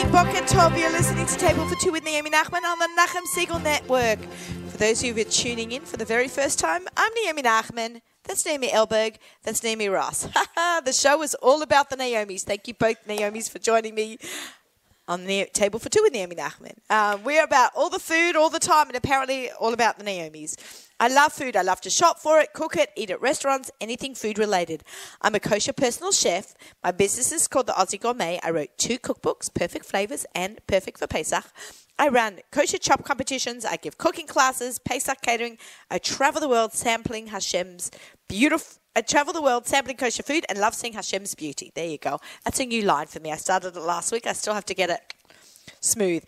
12. You're listening to Table for Two with Naomi Nachman on the Nachum Siegel Network. For those of you who are tuning in for the very first time, I'm Naomi Nachman. That's Naomi Elberg. That's Naomi Ross. the show is all about the Naomis. Thank you both, Naomis, for joining me on the table for two with Naomi Nachman. Uh, we're about all the food all the time and apparently all about the Naomis. I love food. I love to shop for it, cook it, eat at restaurants, anything food related. I'm a kosher personal chef. My business is called the Aussie Gourmet. I wrote two cookbooks, Perfect Flavors and Perfect for Pesach. I run kosher chop competitions. I give cooking classes, Pesach catering. I travel the world sampling Hashem's beautiful. I travel the world sampling kosher food and love seeing Hashem's beauty. There you go. That's a new line for me. I started it last week. I still have to get it smooth.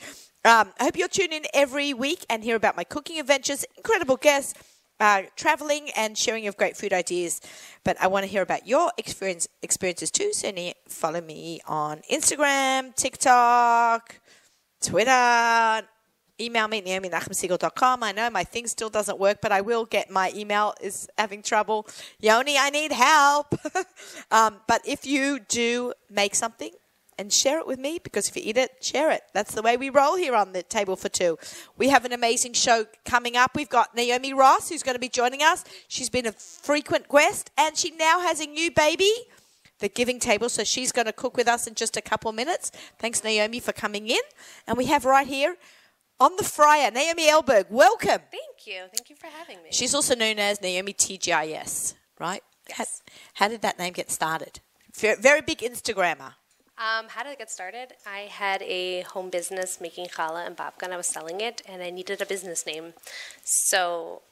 Um, I hope you'll tune in every week and hear about my cooking adventures, incredible guests, uh, traveling, and sharing of great food ideas. But I want to hear about your experience experiences too. So ne- follow me on Instagram, TikTok, Twitter. Email me at naominachemsiegel.com. I know my thing still doesn't work, but I will get my email is having trouble. Yoni, I need help. um, but if you do make something and share it with me, because if you eat it, share it. That's the way we roll here on the table for two. We have an amazing show coming up. We've got Naomi Ross, who's going to be joining us. She's been a frequent guest, and she now has a new baby the giving table. So she's going to cook with us in just a couple minutes. Thanks, Naomi, for coming in. And we have right here on the fryer, Naomi Elberg. Welcome. Thank you. Thank you for having me. She's also known as Naomi TGIS, right? Yes. How, how did that name get started? Ve- Very big Instagrammer. Um, how did I get started? I had a home business making challah and babka, and I was selling it, and I needed a business name. So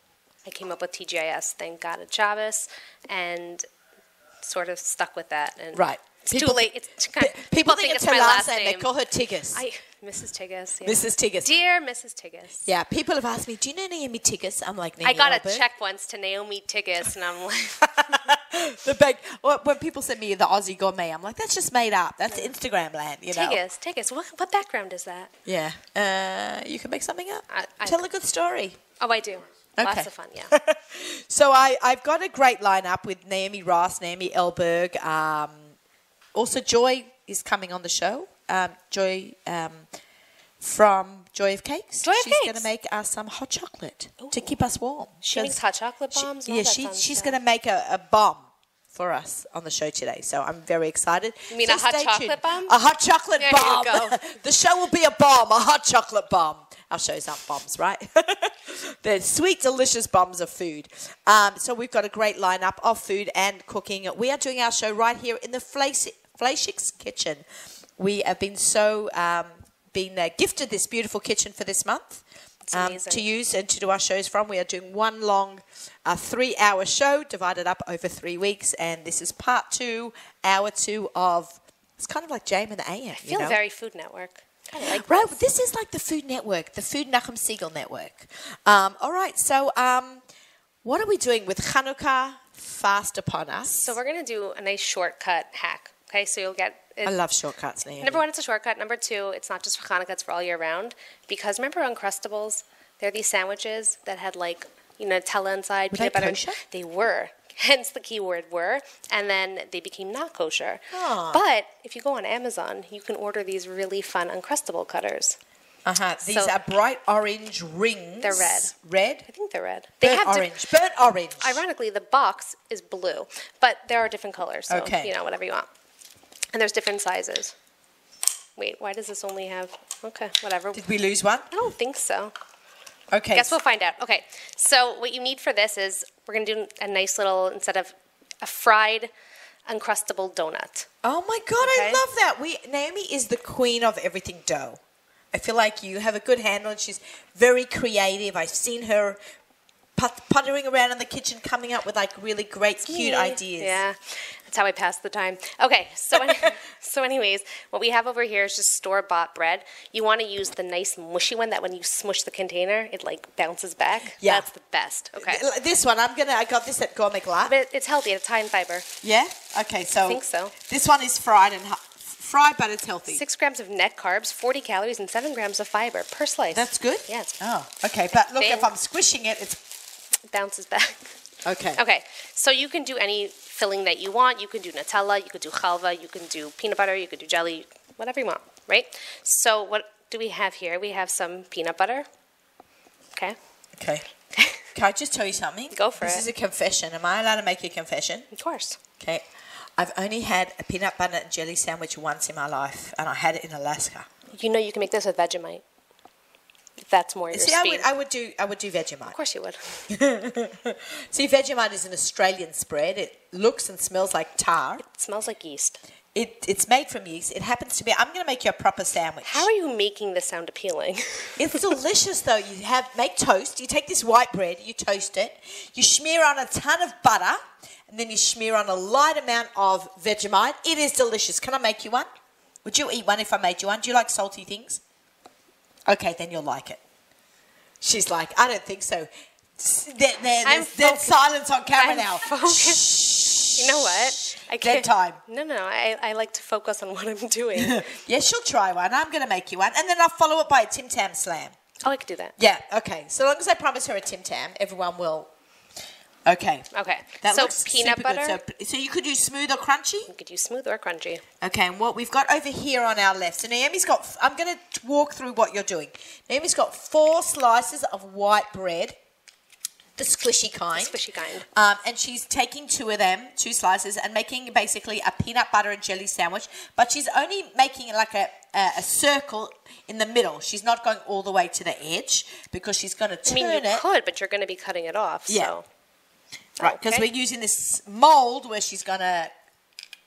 I came up with TGIS, thank God at Chavez, and sort of stuck with that. And Right. It's People- too late. It's kind of, People think it's her last name. They name. call her Tiggers. I, Mrs. Tigas. yeah. Mrs. Tigas. Dear Mrs. Tigas. yeah, people have asked me, do you know Naomi Tiggers? I'm like, Naomi I got a Elberg. check once to Naomi Tigas, and I'm like, The big, well, when people send me the Aussie gourmet, I'm like, that's just made up. That's Instagram land, you know. Tigas, Tigas, what, what background is that? Yeah. Uh, you can make something up. I- I- Tell a good story. Oh, I do. Okay. Lots of fun, yeah. So I, I've got a great lineup with Naomi Ross, Naomi Elberg. Um, also, Joy is coming on the show. Um, Joy um, from Joy of Cakes. Joy of she's going Cakes. to make us some hot chocolate to keep us warm. She makes hot chocolate She- bombs. all yeah, that she, fun she's stuff. going to make a, a bomb for us on the show today. So I'm very excited. You mean so a hot stay chocolate tuned. bomb? A hot chocolate There you bomb. go. the show will be a bomb, a hot chocolate bomb. Our shows aren't bombs, right? They're sweet, delicious bombs of food. Um, so we've got a great lineup of food and cooking. We are doing our show right here in the Fleischik's kitchen. We have been so um, been uh, gifted this beautiful kitchen for this month um, amazing. to use and to do our shows from. We are doing one long uh, three hour show divided up over three weeks, and this is part two, hour two of it's kind of like Jam and the AM. I feel you know? very Food Network. Kinda like Right, well, this is like the Food Network, the Food Nachum Siegel Network. Um, all right, so um, what are we doing with Hanukkah fast upon us? So we're gonna do a nice shortcut hack. Okay, so you'll get. It, I love shortcuts, Naomi. number one, it's a shortcut. Number two, it's not just for Hanukkah; it's for all year round. Because remember Uncrustables? They're these sandwiches that had like you know Nutella inside, Were peanut they butter. kosher? They were. Hence the keyword were, and then they became not kosher. Ah. But if you go on Amazon, you can order these really fun Uncrustable cutters. Uh-huh. These So- are bright orange rings. They're red. Red? I think they're red. They Burnt have di- orange. Burnt orange. Ironically, the box is blue, but there are different colors. So, Okay. you know, whatever you want. And there's different sizes. Wait, why does this only have. Okay, whatever. Did we lose one? I don't think so. Okay. Guess we'll find out. Okay, so what you need for this is we're going to do a nice little, instead of a fried Uncrustable donut. Oh my god, I Okay. love that. We Naomi is the queen of everything dough. I feel like you have a good handle and she's very creative. I've seen her put- puttering around in the kitchen coming up with like really great cute Me. ideas. Yeah, that's how I pass the time. Okay, so any- so anyways, what we have over here is just store bought bread. You want to use the nice mushy one that when you smush the container, it like bounces back. Yeah. that's the best. Okay, Th- like This one, I'm gonna. I got this at Gourmet Glass. but it's healthy. It's high in fiber. Yeah. Okay. So. I think so. This one is fried and hu- fried, but it's healthy. Six grams of net carbs, forty calories, and seven grams of fiber per slice. That's good. Yeah, it's- Oh. Okay. But look, Thin. if I'm squishing it, it's it bounces back. okay. Okay, so you can do any filling that you want. You can do Nutella. You could do halva. You can do peanut butter. You could do jelly. Whatever you want. right? So what do we have here? We have some peanut butter. Okay. Okay. Can I just tell you something? Go for this it. This is a confession. Am I allowed to make a confession? Of course. Okay. I've only had a peanut butter and jelly sandwich once in my life, and I had it in Alaska. You know you can make this with Vegemite. If that's more your See, I speed. would, I would do, I would do Vegemite. of course you would. See, Vegemite is an Australian spread. It looks and smells like tar. It smells like yeast. It, it's made from yeast. It happens to be. I'm going to make you a proper sandwich. How are you making this sound appealing? It's delicious though. You have make toast. You take this white bread, you toast it, you smear on a ton of butter, and then you smear on a light amount of Vegemite. It is delicious. Can I make you one? Would you eat one if I made you one? Do you like salty things? Okay, then you'll like it. She's like, I don't think so. S- There, there, I'm there's dead focused. silence on camera I'm now. focused. you know what? I Dead time. No, no, no. I, I like to focus on what I'm doing. oh, Yeah, she'll try one. I'm going to make you one. And then I'll follow it by a Tim Tam slam. Oh, I could do that. Yeah, okay. So long as I promise her a Tim Tam, everyone will. Okay. Okay. That so looks peanut super good. butter. So, so you could do smooth or crunchy. You could use smooth or crunchy. Okay, and what we've got over here on our left. So Naomi's got. I'm going to walk through what you're doing. Naomi's got four slices of white bread, the squishy kind. Squishy kind. Um, and she's taking two of them, two slices, and making basically a peanut butter and jelly sandwich. But she's only making like a, a, a circle in the middle. She's not going all the way to the edge because she's going to turn I mean, you it. could, but you're going to be cutting it off. Yeah. So. Right, because Okay. we're using this mold where she's gonna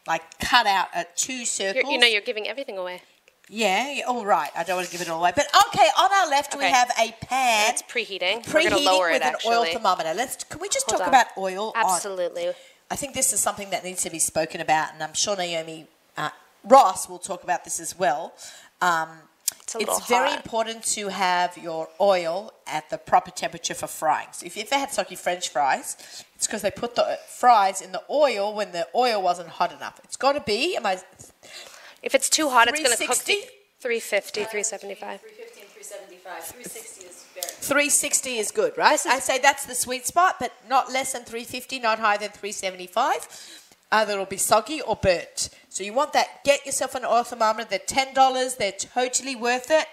like cut out uh, two circles. You're, you know, you're giving everything away. yeah, yeah, all right. I don't want to give it all away, but okay. On our left, we Okay. have a pan. It's preheating. We're gonna preheating lower it, with an oil actually. thermometer. Let's. Can we just Hold talk on. about oil? On, Absolutely. I think this is something that needs to be spoken about, and I'm sure Naomi uh, Ross will talk about this as well. Um, It's a little very hot. important to have your oil at the proper temperature for frying. So if you've ever had soggy French fries, it's because they put the fries in the oil when the oil wasn't hot enough. It's got to be. Am I? If it's too hot, it's going to cook. 360? 350, 375. 350 and 375. 360 is 360 very. is good, right? I say that's the sweet spot, but not less than 350, not higher than 375. Either it'll be soggy or burnt. So you want that. Get yourself an oil thermometer. They're $10. They're totally worth it.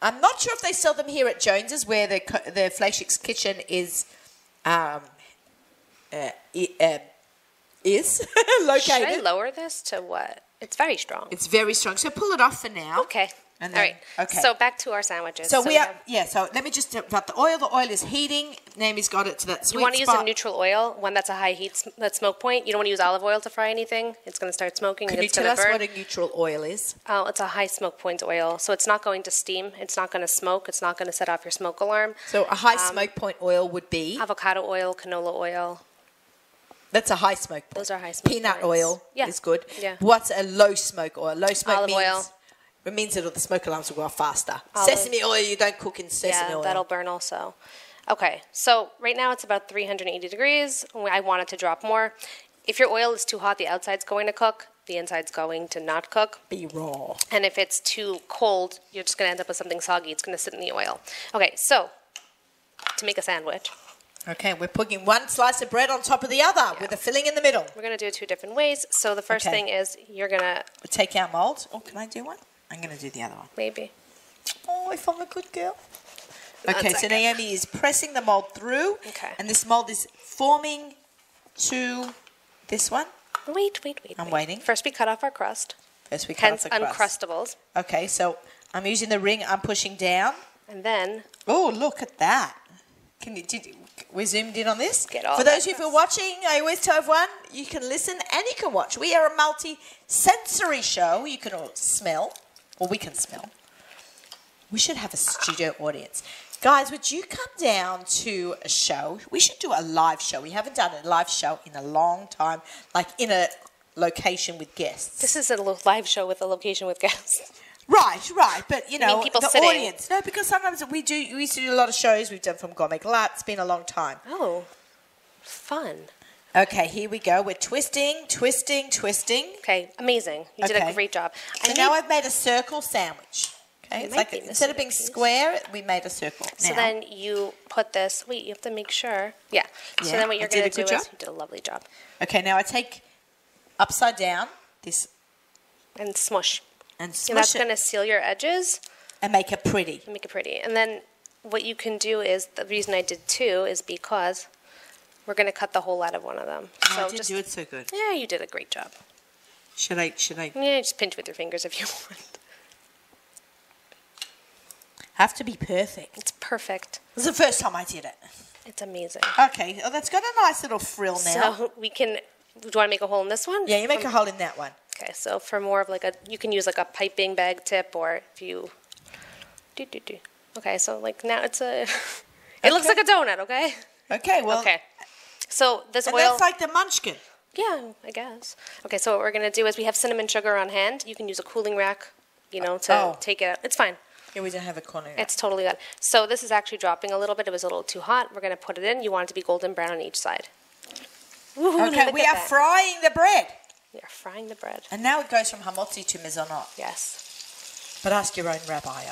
I'm not sure if they sell them here at Jones's, where the, co- the Flashix kitchen is. Um, uh, i- um, is Should I located. lower this to what? It's very strong. it's very strong. So pull it off for now. Okay. And All then- right. okay. So back to our sandwiches. So, we we are, have- yeah. So let me just about the oil. The oil is heating. Naomi's got it to that sweet You want to use spot. a neutral oil, one that's a high heat, sm- that smoke point. You don't want to use olive oil to fry anything. It's going to start smoking. Can and you it's tell going us to burn. what a neutral oil is? Oh, it's a high smoke point oil, so it's not going to steam. It's not going to smoke. It's not going to set off your smoke alarm. So a high Um, smoke point oil would be Avocado oil, canola oil. that's a high smoke point. Those are high smoke Peanut points. oil Yeah. is good. Yeah. What's a low smoke oil? Low smoke Olive means oil. it means that the smoke alarms will go off faster. Olive. Sesame oil you don't cook in sesame yeah, oil. that'll burn also. Okay, so right now it's about 380 degrees. I want it to drop more. If your oil is too hot, the outside's going to cook. The inside's going to not cook. be raw. And if it's too cold, you're just going to end up with something soggy. It's going to sit in the oil. Okay, so to make a sandwich, Okay, we're putting one slice of bread on top of the other with a filling in the middle. we're going to do it two different ways. So the first Okay. thing is you're going to We take our mold. Oh, can I do one? I'm going to do the other one. maybe. Oh, if I'm a good girl. That's Okay, so okay. Naomi is pressing the mold through, Okay. and this mold is forming to this one. Wait, wait, wait. I'm wait. waiting. First, we cut off our crust, Yes, we cut hence off the crust. uncrustables, Okay, so I'm using the ring. I'm pushing down. and then Oh, look at that! Can you? Did, we zoomed in on this. Get all For those that of you who are watching, I always tell everyone you can listen and you can watch. We are a multi-sensory show. You can all smell, or we can smell. We should have a studio audience. Guys, would you come down to a show? We should do a live show. We haven't done a live show in a long time, like in a location with guests. this is a lo- live show with a location with guests. Right, right, but you know mean people the sitting? audience. No, because sometimes we do. We used to do a lot of shows. We've done from Gomic Lat. It's been a long time. Oh, fun. Okay, here we go. We're twisting, twisting, twisting. Okay, amazing. You did Okay. a great job. So I now need- Oh I've made a circle sandwich. Okay, You it's might like be instead missing of a being piece. square, we made a circle. so now. then you put this. Wait, you have to make sure. Yeah. So Yeah, then what I you're did going a to do good is job. you did a lovely job okay, now I take upside down this. and smush. and And smush that's it going to seal your edges and make it pretty. and make it pretty. And then what you can do is the reason I did two is because we're going to cut the whole out of one of them. Oh, I so didn't just do it so good. yeah, you did a great job. Should I? Should I? Yeah, just pinch with your fingers if you want. Have to be perfect. It's perfect. This is the first time I did it. It's amazing. Okay. Oh, that's got a nice little frill now. So we can. Do you want to make a hole in this one? yeah, you make a Um, hole in that one. Okay, so for more of like a, you can use like a piping bag tip, or if you, do do do. Okay, so like now it's a, it looks Okay. like a donut. Okay. Okay. Well. okay. So this And oil. that's like the munchkin. yeah, I guess. Okay, so what we're gonna do is we have cinnamon sugar on hand. You can use a cooling rack, you know, to Oh. take it. out. It's fine. Yeah, we don't have a corner. It's totally good. So this is actually dropping a little bit. It was a little too hot. We're gonna put it in. You want it to be golden brown on each side. Woohoo, okay, look we at are that. frying the bread. we are frying the bread. And now it goes from hamotzi to mizanot. Yes. But ask your own rabbi.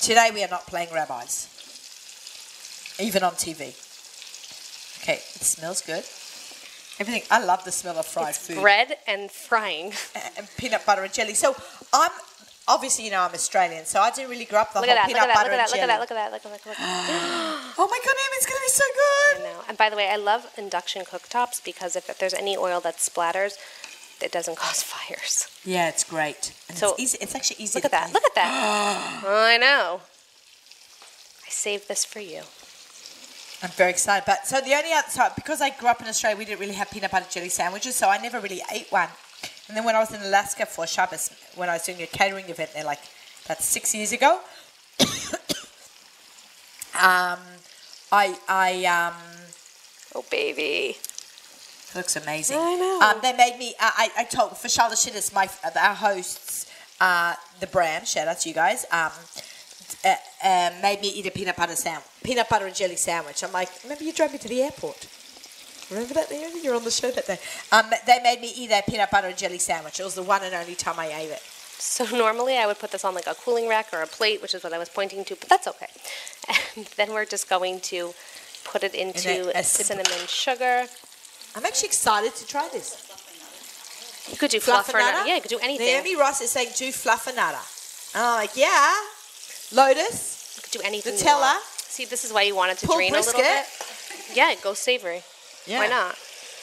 Today we are not playing rabbis, even on TV. Okay, it smells good. Everything. I love the smell of fried It's food bread and frying. A- and peanut butter and jelly. So I'm obviously you know I'm Australian, so I didn't really grow up the Look whole at that! Look peanut at that! butter Look at that! Look at and that! jelly. Look at that! Look at that! Look at that! Oh my god, Em, it's gonna be so good. I know. And by the way, I love induction cooktops because if there's any oil that splatters, it doesn't cause fires. Yeah, it's great. And So- it's easy. It's actually easy. to Look at that. clean. Look at that. I know. I saved this for you. I'm very excited. But so the only other so because I grew up in Australia, we didn't really have peanut butter jelly sandwiches, so I never really ate one. And then when I was in Alaska for Shabbos, when I was doing a catering event there, like that's six years ago, um, I I um, Oh baby. it looks amazing. I know. Um, they made me. Uh, I I told for Charlotte Shittis, my our hosts, uh, the brand. Shout out to you guys. Um, uh, uh, made me eat a peanut butter sandwich, peanut butter and jelly sandwich. I'm like, remember you drove me to the airport. Remember that? Naomi? You're on the show that day. Um, they made me eat that peanut butter and jelly sandwich. It was the one and only time I ate it. So normally I would put this on like a cooling rack or a plate, which is what I was pointing to, but that's okay. And then we're just going to put it into a sim- cinnamon sugar. I'm actually excited to try this. You could do fluff or Fluffernutter? not. Yeah, you could do anything. Naomi Ross is saying, do fluffernutter. And I'm like, yeah. Lotus, You could do anything. you Nutella? want. See, this is why you want it to pulled drain brisket. a little bit. Yeah, go savory. Yeah. Why not?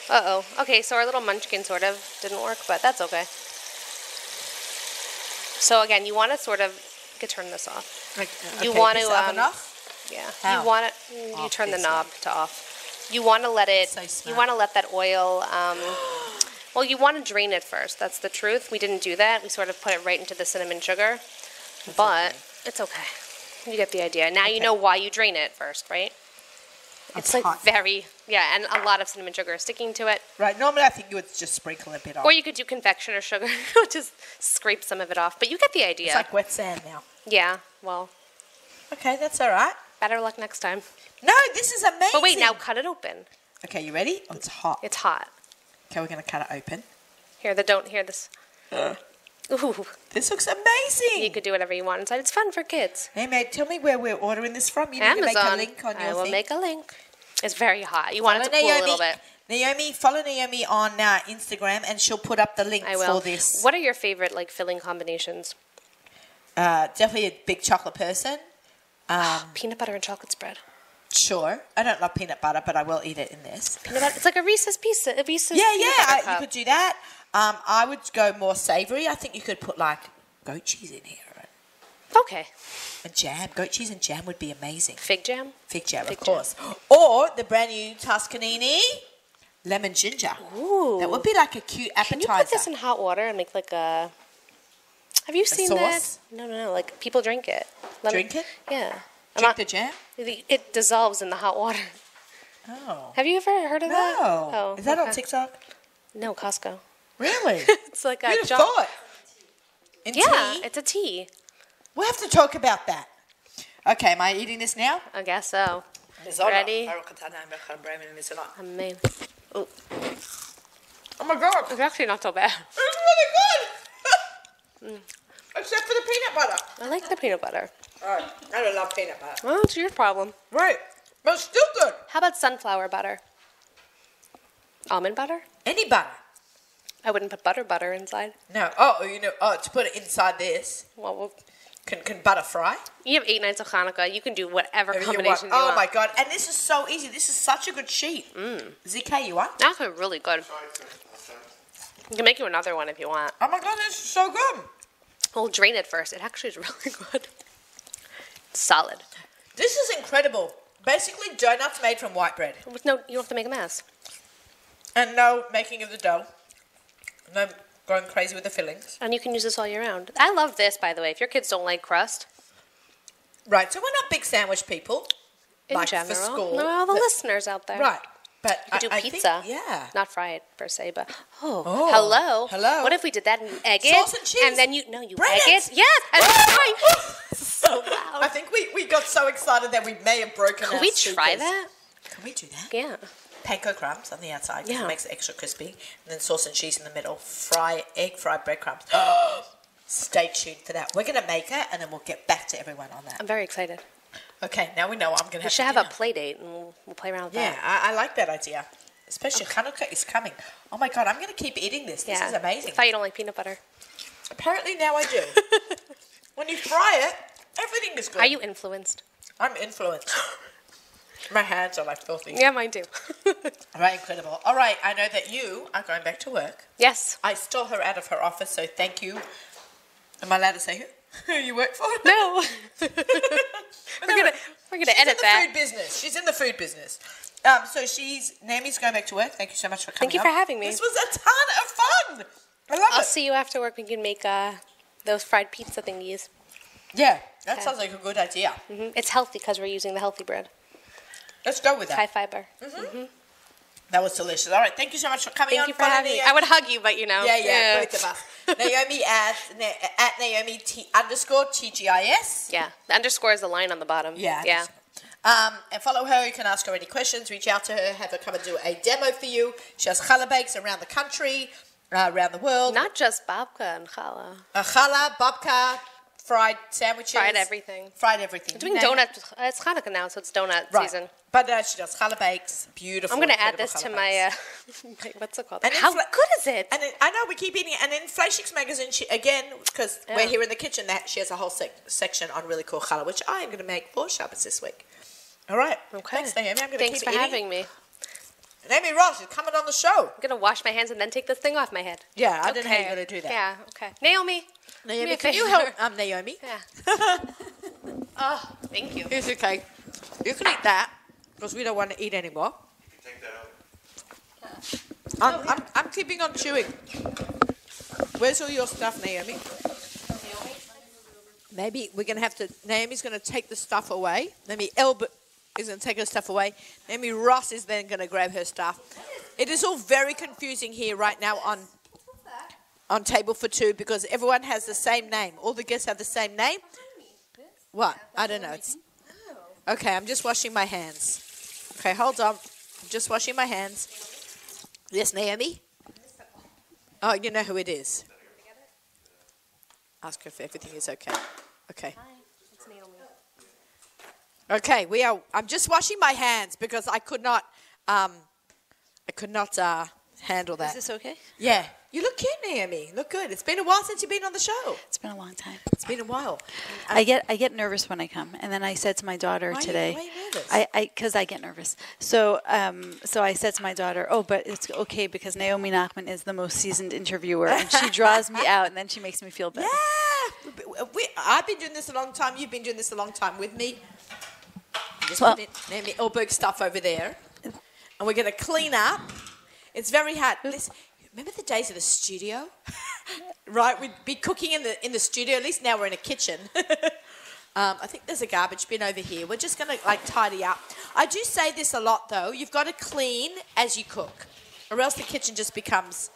Uh oh. Okay, so our little munchkin sort of didn't work, but that's okay. So again, you want to sort of you could turn this off. Like, uh, You okay, want is to, the oven um, off? Yeah. How? You want to you Off turn the this knob to off. You want to let it. So smart. you want to let that oil. Um, well, you want to drain it first. That's the truth. We didn't do that. We sort of put it right into the cinnamon sugar, but okay. it's okay. You get the idea. Now Okay. you know why you drain it first, right? It's It's like hot. very yeah, and a lot of cinnamon sugar is sticking to it. Right, normally I think you would just sprinkle a bit on. Or you could do confectioner sugar, which is scrape some of it off. But you get the idea. It's like wet sand now. yeah. Well, Okay, that's all right. better luck next time. No, this is amazing. But wait, now cut it open. Okay, you ready? Oh, it's hot. It's hot. Okay, we're going to cut it open. Here, the don't hear this. Ooh, This looks you amazing. could do whatever you want inside. It's fun for kids. Hey, mate, tell me where we're ordering this from. You need Amazon. to make a link on your I will thing. make a link. It's very hot. You want it to Follow cool a little bit. Naomi, follow Naomi on uh, Instagram, and she'll put up the link I will. for this. What are your favorite like filling combinations? Uh, definitely a big chocolate person. Oh. Peanut butter and chocolate spread. Sure, I don't love peanut butter, but I will eat it in this. Peanut butter. It's like a Reese's piece. A Reese's. Yeah, yeah, peanut butter I, you cup. could do that. Um, I would go more savory. I think you could put like goat cheese in here. and Okay. And jam, goat cheese and jam would be amazing. Fig jam. Fig jam, Fig of jam. course. Or the brand new Tuscanini lemon ginger. Ooh. That would be like a cute appetizer. Can you put this in hot water and make like a? Have you seen sauce? that? No, no, no. Like people drink it. Lemon- Drink it? Yeah. I'm Drink not- the jam? the- it dissolves in the hot water. Oh. Have you ever heard of that? No. Oh, Is that on okay. TikTok? No, Costco. Really? It's like a You'd have jar- thought. In Yeah, tea? it's a tea. We'll have to talk about that. Okay, am I eating this now? I guess so. Ready? I mean, Oh my god. it's actually not so bad. It's really good. Except for the peanut butter. I like the peanut butter. Oh, I don't love peanut butter. Well, it's your problem. Right. But it's still good. How about sunflower butter? Almond butter? Any butter. I wouldn't put butter butter inside. No. Oh, you know, oh, to put it inside this. Well, we'll Can, can butter fry? you have eight nights of Hanukkah. You can do whatever Whatever you combination want. you want. Oh my god! And this is so easy. This is such a good sheet. Mm. ZK, you want? That's really good. You can make you another one if you want. Oh my god, this is so good. We'll drain it first. It actually is really good. Solid. This is incredible. Basically, donuts made from white bread, With no, you don't have to make a mess. and no making of the dough. No going crazy with the fillings. And you can use this all year round. I love this, by the way. If your kids don't like crust, Right. So we're not big sandwich people. in like general, for school. no, all the but- listeners out there, Right. But You could do I, pizza, I think, yeah. not fried per se, but oh, Oh, hello, hello. What if we did that and you egg it, Sauce and cheese. then you no, you Bread egg it. it, yes, and fry. so I loud. think we, we got so excited that we may have broken. Can our we try speakers. that? Can we do that? Yeah, panko crumbs on the outside 'cause Yeah. it makes it extra crispy, and then sauce and cheese in the middle. Fry egg fried breadcrumbs. Stay tuned for that. We're gonna make it, and then we'll get back to everyone on that. I'm very excited. Okay, now we know what I'm gonna. Um, We have should for have a dinner. play date and we'll, we'll play around with Yeah, that. I, I like that idea. Especially Hanukkah is coming. Oh my god, I'm gonna keep eating this. This is amazing. I thought you don't like peanut butter. Apparently now I do. when you fry it, everything is good. Are you influenced? I'm influenced. My hands are like filthy. Yeah, mine too. All right, incredible. All right, I know that you are going back to work. yes. I stole her out of her office, so thank you. Am I allowed to say who, who you work for? No. we're gonna we're gonna She's in edit the that. food business. She's in the food business. Um, so she's Naomi's going back to work. Thank you so much for coming. Thank you for on. having me. This was a ton of fun. I love I'll it. see you after work. We can make uh, those fried pizza thingies. Yeah, that Okay. sounds like a good idea. hmm It's healthy because we're using the healthy bread. Let's go with that. High fiber. That was delicious. All right, thank you so much for coming Thank on. you for having me. I would hug you, but you know. Yeah, yeah, both of us. Naomi at Na- at Naomi T underscore TGIS. Yeah. The underscore is the line on the bottom. Yeah. Yeah. Um, and follow her. You can ask her any questions. Reach out to her. Have her come and do a demo for you. She has challah bakes around the country, uh, around the world. Not just babka and challah. Uh, challah, babka, fried sandwiches. Fried everything. Fried everything. Doing You name it. donuts. Uh, it's Hanukkah now, so it's donut Right. season. But uh, she does challah bakes. Beautiful. I'm going to add incredible this to challah my, uh, bakes. my, what's it called? And How infla- good is it? And then, I know we keep eating it. And in Flashix magazine, she, again, because Yeah. we're here in the kitchen, that she has a whole sec- section on really cool challah, which I am going to make for Shabbos this week. All right. Okay. Thanks, Naomi. I'm going to keep Thanks for eating. having me. Naomi Ross is coming on the show. I'm going to wash my hands and then take this thing off my head. Yeah, I didn't know you Okay. were going to do that. Yeah, okay. Naomi. do me Naomi, a can you favor. help? Um, Naomi. Yeah. oh, thank you. Here's your cake. You can eat that because we don't want to eat anymore. Take that out. I'm, I'm, I'm keeping on chewing. Where's all your stuff, Naomi? Maybe we're going to have to. Naomi's going to take the stuff away. Naomi Elbert is going to take her stuff away. Naomi Ross is then going to grab her stuff. It is all very confusing here right now on on table for two because everyone has the same name. All the guests have the same name. What? I don't know. It's okay. I'm just washing my hands. Okay, hold on. I'm just washing my hands. Yes, Naomi. Oh, you know who it is. Ask her if everything is okay. Okay. It's Naomi. Okay, we are. I'm just washing my hands because I could not. Um, I could not uh, handle that. Is this okay? yeah, you look cute, Naomi. Look good. It's been a while since you've been on the show. It's been a long time. It's been a while. I get I get nervous when I come, and then I said to my daughter Why are you- today, why are you nervous? I because I, get nervous. So um, so I said to my daughter, oh, but it's okay because Naomi Nachman is the most seasoned interviewer, and she draws me out, and then she makes me feel better. Yeah, we, I've been doing this a long time. You've been doing this a long time with me. Just Well- put in Naomi Elberg stuff over there, and we're going to clean up. It's very hard. Listen, remember the days of the studio, right? We'd be cooking in the in the studio. At least now we're in a kitchen. Um, I think there's a garbage bin over here. We're just going to like tidy up. I do say this a lot though. You've got to clean as you cook, or else the kitchen just becomes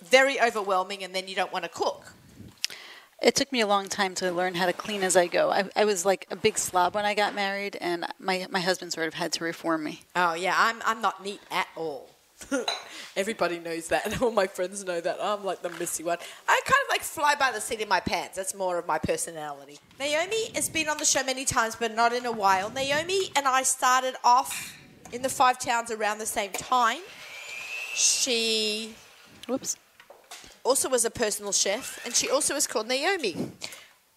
very overwhelming, and then you don't want to cook. It took me a long time to learn how to clean as I go. I, I was like a big slob when I got married, and my my husband sort of had to reform me. Oh yeah, I'm I'm not neat at all. Everybody knows that, and all my friends know that. I'm like the messy one. I kind of like fly by the seat of my pants. That's more of my personality. Naomi has been on the show many times, but not in a while. Naomi and I started off in the five towns around the same time. She Whoops. also was a personal chef, and she also is called Naomi.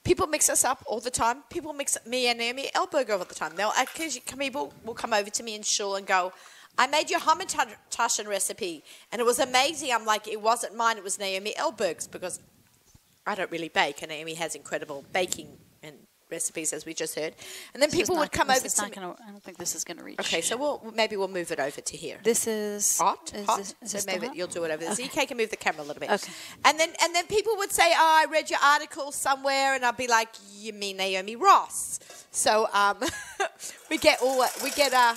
People mix us up all the time. People mix me and Naomi Elberg all the time. They'll occasionally- come- people will come over to me and she'll and go, "I made your hamantaschen recipe, and it was amazing." I'm like, "It wasn't mine. It was Naomi Elberg's because I don't really bake, and Naomi has incredible baking and recipes, as we just heard." And then This is people would not- come this over is to not me. Gonna, I don't think this is going to reach. Okay, so we'll maybe we'll move it over to here this is hot, Is hot. This, is so this still maybe hot? you'll do it over there. So you can move the camera a little bit. Okay. And then and then people would say, "Oh, I read your article somewhere," and I'll be like, "You mean Naomi Ross?" So um, we get all we get uh,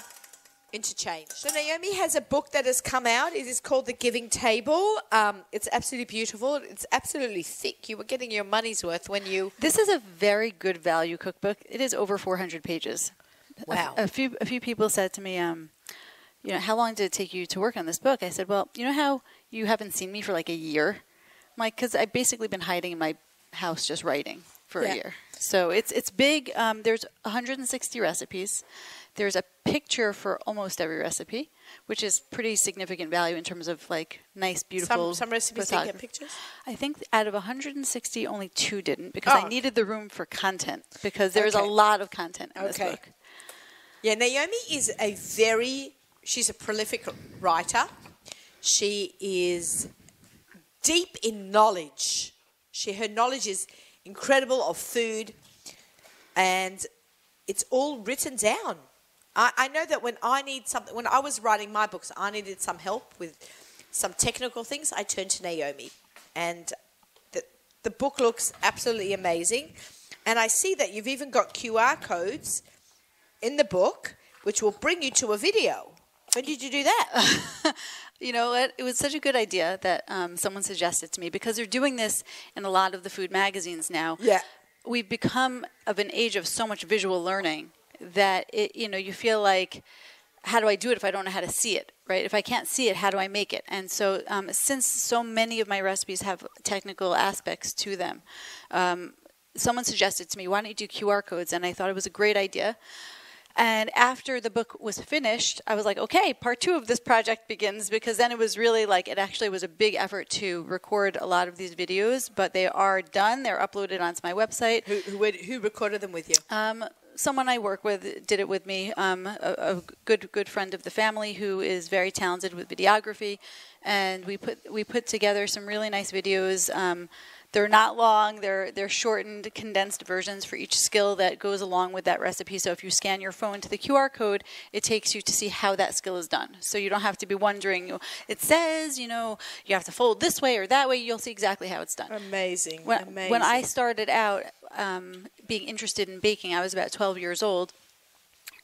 interchanged. So Naomi has a book that has come out. It is called The Giving Table. Um, it's absolutely beautiful. It's absolutely thick. You were getting your money's worth when you. This is a very good value cookbook. It is over 400 pages. A- Wow. A, few a few people said to me, um, you know, how long did it take you to work on this book? I said, well, you know how you haven't seen me for like a year, I'm like because I've basically been hiding in my house just writing for Yeah. a year. So it's it's big. Um, there's 160 recipes. There's a picture for almost every recipe, which is pretty significant value in terms of like nice, beautiful. Some, some recipes didn't photography. get pictures. I think out of 160, only two didn't because Oh. I needed the room for content because there is Okay. a lot of content in this Okay. book. Yeah, Naomi is a very she's a prolific writer. She is deep in knowledge. She her knowledge is incredible of food and it's all written down. I, I know that when I need something when I was writing my books, I needed some help with some technical things, I turned to Naomi. And the, the book looks absolutely amazing. And I see that you've even got QR codes in the book, which will bring you to a video. When did you do that? You know what? It was such a good idea that um, someone suggested to me because they're doing this in a lot of the food magazines now. Yeah. We've become of an age of so much visual learning that it, you know you feel like, how do I do it if I don't know how to see it? Right? If I can't see it, how do I make it? And so, um, since so many of my recipes have technical aspects to them, um, someone suggested to me, why don't you do QR codes? And I thought it was a great idea. And after the book was finished, I was like, okay, part two of this project begins because then it was really like, it actually was a big effort to record a lot of these videos, but they are done. They're uploaded onto my website. who, who, who recorded them with you? Um, someone I work with did it with me, um, a, a good good friend of the family who is very talented with videography, and we put we put together some really nice videos. Um, they're not long; they're they're shortened, condensed versions for each skill that goes along with that recipe. So if you scan your phone to the QR code, it takes you to see how that skill is done. So you don't have to be wondering. you know, It says, you know, you have to fold this way or that way. You'll see exactly how it's done Amazing. when, amazing. when I started out um, being interested in baking, I was about 12 years old,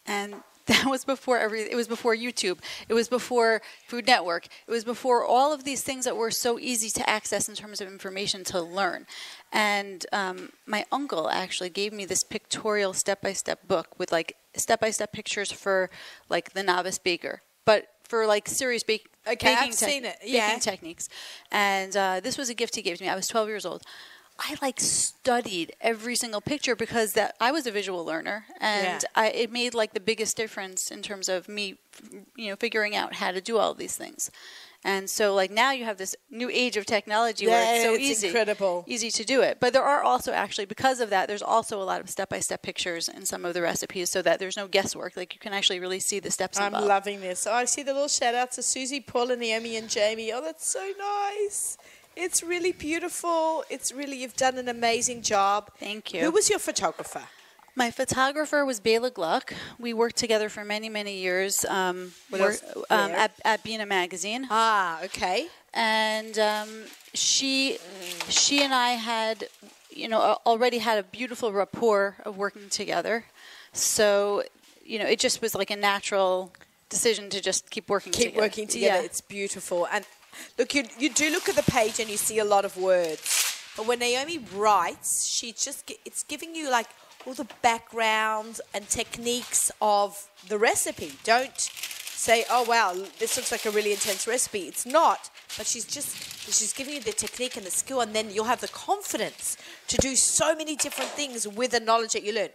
and that was before every. It was before YouTube. It was before Food Network. It was before all of these things that were so easy to access in terms of information to learn. And um, my uncle actually gave me this pictorial step-by-step book with like step-by-step pictures for like the novice baker, but for like serious baking. Okay, I've baking tech- seen it, baking yeah. techniques. And uh, this was a gift he gave to me. I was 12 years old. I like studied every single picture because that I was a visual learner, and Yeah. I, it made like the biggest difference in terms of me, you know, figuring out how to do all these things. And so, like now, you have this new age of technology where it's Yeah, so it's easy, incredible. easy to do it. But there are also actually because of that, there's also a lot of step-by-step pictures in some of the recipes, so that there's no guesswork. Like you can actually really see the steps I'm involved. loving this. Oh, I see the little shout out to Susie, Paula, Naomi, and Jamie. Oh, that's so nice. It's really beautiful. It's really, you've done an amazing job. Thank you. Who was your photographer? My photographer was Bela Gluck. We worked together for many, many years um, What work- else? um, Where? at, at Bina Magazine. Ah, okay. And um, she, she and I had, you know, al- already had a beautiful rapport of working together. So, you know, it just was like a natural decision to just keep working Keep together. working together. Yeah. It's beautiful. And look, you, you do look at the page and you see a lot of words. But when Naomi writes, she just gi- it's giving you like all the background and techniques of the recipe. Don't say, "Oh wow, this looks like a really intense recipe." It's not. But she's just she's giving you the technique and the skill, and then you'll have the confidence to do so many different things with the knowledge that you learn,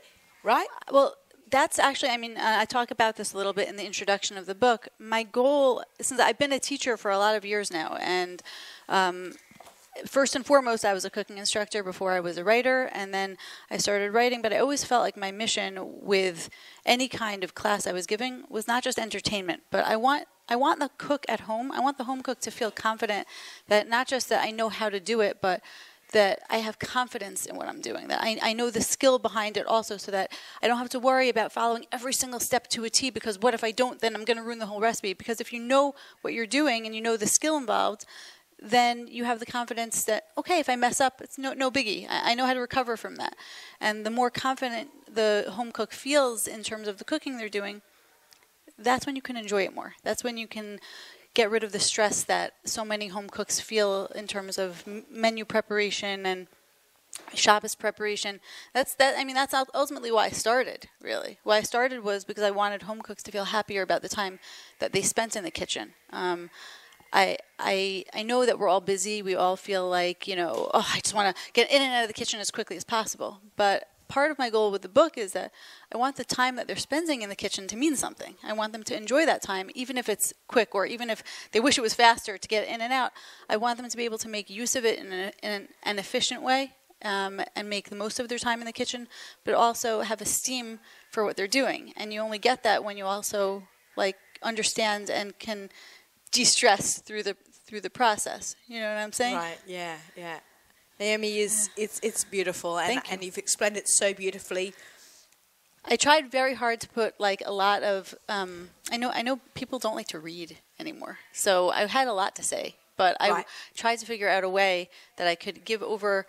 right? Well, that's actually, I mean, uh, I talk about this a little bit in the introduction of the book. My goal, since I've been a teacher for a lot of years now, and um, first and foremost, I was a cooking instructor before I was a writer, and then I started writing. But I always felt like my mission with any kind of class I was giving was not just entertainment, but I want I want the cook at home. I want the home cook to feel confident that not just that I know how to do it, but that I have confidence in what I'm doing, that I, I know the skill behind it also, so that I don't have to worry about following every single step to a T because what if I don't, then I'm going to ruin the whole recipe. Because if you know what you're doing and you know the skill involved, then you have the confidence that, okay, if I mess up, it's no, no biggie. I, I know how to recover from that. And the more confident the home cook feels in terms of the cooking they're doing, that's when you can enjoy it more. That's when you can get rid of the stress that so many home cooks feel in terms of m- menu preparation and Shabbos preparation. That's that. I mean, that's ul- ultimately why I started. Really, why I started was because I wanted home cooks to feel happier about the time that they spent in the kitchen. Um, I, I I know that we're all busy. We all feel like you know, oh, I just want to get in and out of the kitchen as quickly as possible. But part of my goal with the book is that I want the time that they're spending in the kitchen to mean something. I want them to enjoy that time, even if it's quick or even if they wish it was faster to get in and out. I want them to be able to make use of it in, a, in an, an efficient way um, and make the most of their time in the kitchen, but also have esteem for what they're doing. And you only get that when you also like understand and can de-stress through the through the process. You know what I'm saying? Right. Yeah. Yeah. Naomi is it's it's beautiful, and Thank you. and you've explained it so beautifully. I tried very hard to put like a lot of. Um, I know I know people don't like to read anymore, so I had a lot to say, but I Right. tried to figure out a way that I could give over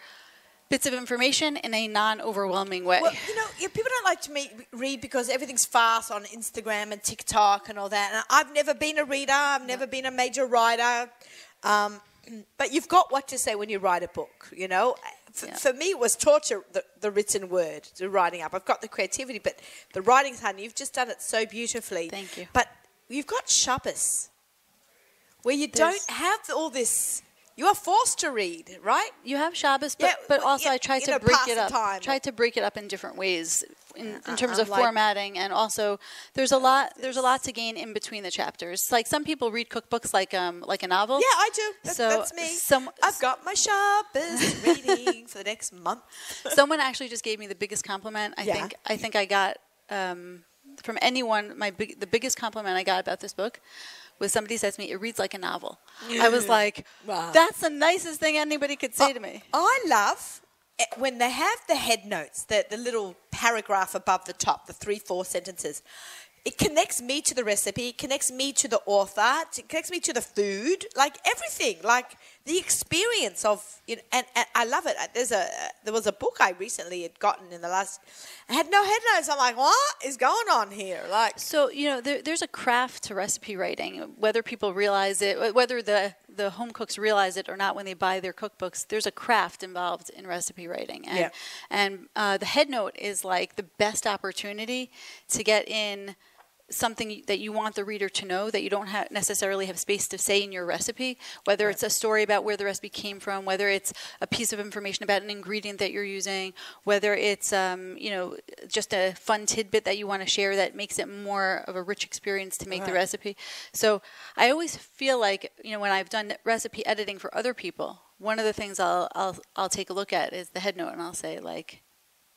bits of information in a non-overwhelming way. Well, you know, yeah, people don't like to meet, read because everything's fast on Instagram and TikTok and all that. And I've never been a reader. I've never been a major writer. Um, but you've got what to say when you write a book, you know. For, Yeah. for me, it was torture, the, the written word, the writing up. I've got the creativity, but the writing's hard. and You've just done it so beautifully. Thank you. But you've got Shabbos, where you There's- don't have all this. You are forced to read, right? you have Shabbos, but, Yeah, but well, also yeah, I tried you to know, break pass it the up. time. Tried to break it up in different ways in, in terms I- of I'm like- Uh, formatting, and also there's a lot there's a lot to gain in between the chapters. Like some people read cookbooks like um like a novel. Yeah, I do. That, so that's me. Some, I've got my Shabbos reading for the next month. someone actually just gave me the biggest compliment. I Yeah. think I think I got um, from anyone. My big, the biggest compliment I got about this book was somebody said to me, "It reads like a novel." I was like, Mm. Wow. "That's the nicest thing anybody could say to me." I love eh, when they have the head notes, the, the little paragraph above the top, the three, four sentences. It connects me to the recipe, it connects me to the author, it connects me to the food, like everything, like the experience of, you know, and, and I love it. Uh, There's a there was a book I recently had gotten in the last, I had no head notes. I'm like, what is going on here? Like, So you know, there, there's a craft to recipe writing. Whether people realize it, wh- whether the the home cooks realize it or not when they buy their cookbooks, there's a craft involved in recipe writing. And Yeah. and uh, the head note is like the best opportunity to get in something that you want the reader to know that you don't ha- necessarily have space to say in your recipe whether it's a story about where the recipe came from whether it's a piece of information about an ingredient that you're using whether it's um, you know just a fun tidbit that you want to share that makes it more of a rich experience to make the recipe so i always feel like you know when i've done recipe editing for other people one of the things i'll i'll, I'll take a look at is the head note and i'll say like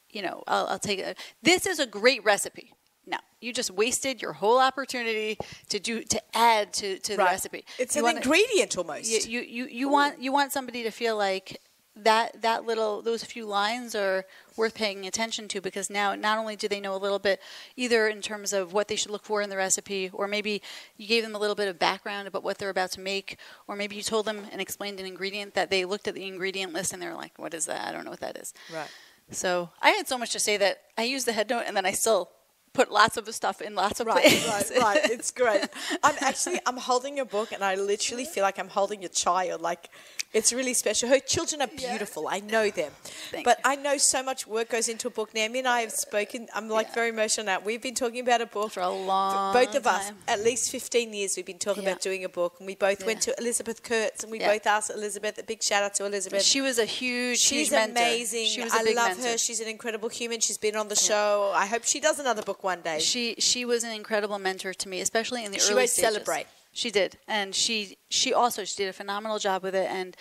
you know, I'll, I'll take it. This is a great recipe. No, you just wasted your whole opportunity to do to add to, to the Right. recipe. it's You an wanna- ingredient almost. You, you, you, you want you want somebody to feel like that that little those few lines are worth paying attention to because now not only do they know a little bit either in terms of what they should look for in the recipe or maybe you gave them a little bit of background about what they're about to make or maybe you told them and explained an ingredient that they looked at the ingredient list and they're like what is that I don't know what that is Right. so I had so much to say that I used the head note and then I still put lots of stuff in lots of Right, places. right, right. It's great. I'm actually I'm holding your book, and I literally feel like I'm holding your child. Like it's really special. Her children are beautiful. I know them, Thank but you. I know so much work goes into a book. Naomi and I have spoken. I'm like very emotional now. We've been talking about a book For a long Both of us, time. at least 15 years, we've been talking Yeah. about doing a book, and we both went Yeah. to Elizabeth Kurtz, and we Yeah. both asked Elizabeth. A big shout out to Elizabeth. She was a huge, She's huge mentor. amazing. She was a I big love mentor. her. She's an incredible human. She's been on the show. I hope she does another book one day. She she was an incredible mentor to me, especially in the She early wrote stages. Celebrate. She did, and she she also she did a phenomenal job with it, and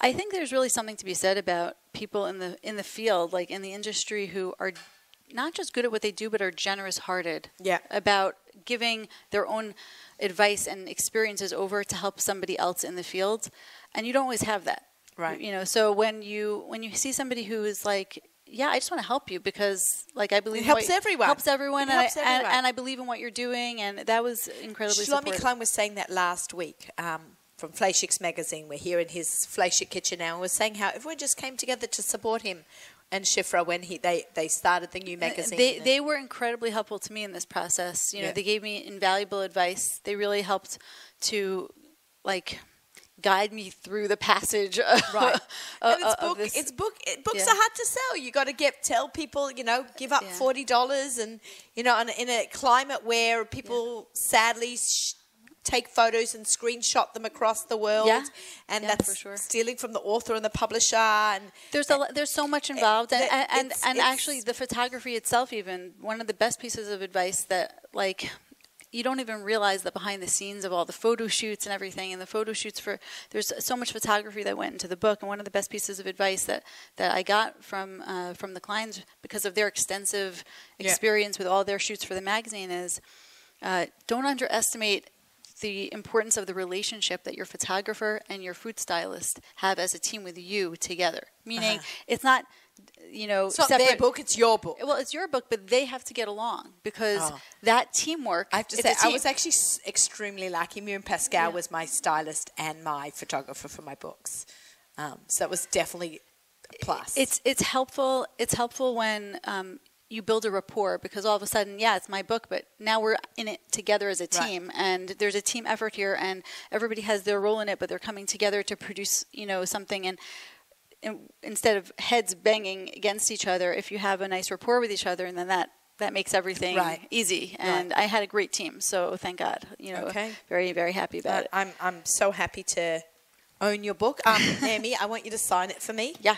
I think there's really something to be said about people in the in the field, like in the industry, who are not just good at what they do, but are generous-hearted Yeah. about giving their own advice and experiences over to help somebody else in the field. And you don't always have that, Right. You know, so when you when you see somebody who is like, "Yeah, I just want to help you because, like, I believe in helps what- everyone. helps everyone, It and, helps I, and- everyone. and I believe in what you're doing," and that was incredibly Shlomi supportive. Klein was saying that last week um, from Flashix magazine. We're here in his Flashik kitchen now, and was saying how everyone just came together to support him and Shifra when he they, they started the new magazine. They, they were incredibly helpful to me in this process. You know, Yeah. they gave me invaluable advice. They really helped to, like, guide me through the passage of, Right. of, and it's of book. this. It's book. It, books Yeah. are hard to sell. You got to get tell people. You know, give up Yeah. forty dollars, and you know, and in a climate where people sadly sh- take photos and screenshot them across the world, Yeah. and Yeah, that's for sure. stealing from the author and the publisher. And there's a, lo- there's so much involved, and Eh, that- and, and, it's- and it's- actually the photography itself. Even one of the best pieces of advice that like you don't even realize that behind the scenes of all the photo shoots and everything, and the photo shoots for there's so much photography that went into the book. And one of the best pieces of advice that that I got from uh, from the clients because of their extensive experience with all their shoots for the magazine is uh, don't underestimate the importance of the relationship that your photographer and your food stylist have as a team with you together. Meaning, it's not, you know, Uh-huh. it's not their separate- book; it's your book. Well, it's your book, but they have to get along because Oh. that teamwork. I have to it's say, a I team. was actually s- extremely lucky. Miriam Pascal Yeah. was my stylist and my photographer for my books, um, so that was definitely a plus. It's it's helpful. It's helpful when um, you build a rapport because all of a sudden, yeah, it's my book, but now we're in it together as a Right. team, and there's a team effort here, and everybody has their role in it, but they're coming together to produce, you know, something, and. in- Instead of heads banging against each other, if you have a nice rapport with each other, and then that that makes everything Right. easy. And I had a great team, so thank God. You know, Okay. very very happy Uh, about it. I'm I'm so happy to own your book, um, Naomi. I want you to sign it for me. Yeah,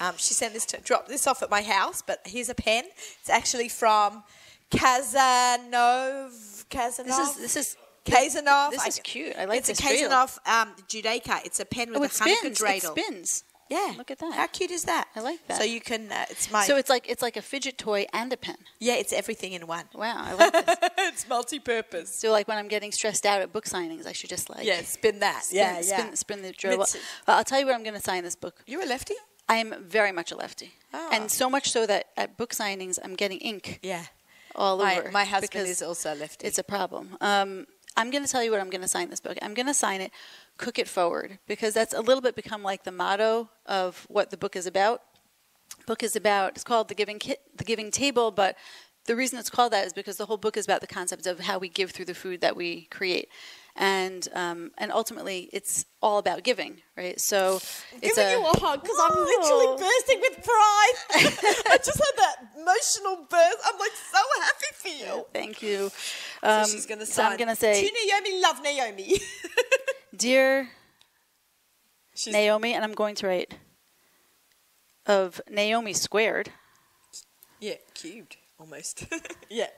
Um, she sent this to drop this off at my house, but here's a pen. It's actually from Casanova. this Casanova. is this is Kazanov. this I- is cute. I like it's this a reel. Kazanov um, Judaica. It's a pen with oh, a it spins. Hanukkah It dreidel. spins. Yeah, Look at that. How cute is that? I like that. So you can. Uh, it's my. So it's like it's like a fidget toy and a pen. yeah, it's everything in one. Wow, I like this. it's multi-purpose. so like when I'm getting stressed out at book signings, I should just like Yeah, spin that. spin, yeah, spin, yeah. spin the drill. Well, Mitzi- I'll tell you what I'm going to sign this book. You're a lefty. I am very much a lefty, Ah. and so much so that at book signings I'm getting ink Yeah. all My, over. my husband because is also a lefty. It's a problem. Um, I'm going to tell you what I'm going to sign this book. I'm going to sign it, cook it forward, because that's a little bit become like the motto of what the book is about. Book is about. It's called the giving kit, the giving table, but the reason it's called that is because the whole book is about the concept of how we give through the food that we create, and um, and ultimately it's all about giving, right? So it's giving a, you a hug because I'm literally bursting with pride. I just had that emotional burst. I'm like so happy for you. thank you. Um, Um, so she's gonna so sign. I'm going to say, to Naomi, love Naomi. dear She's- Naomi, and I'm going to write of Naomi squared yeah, cubed almost. yeah.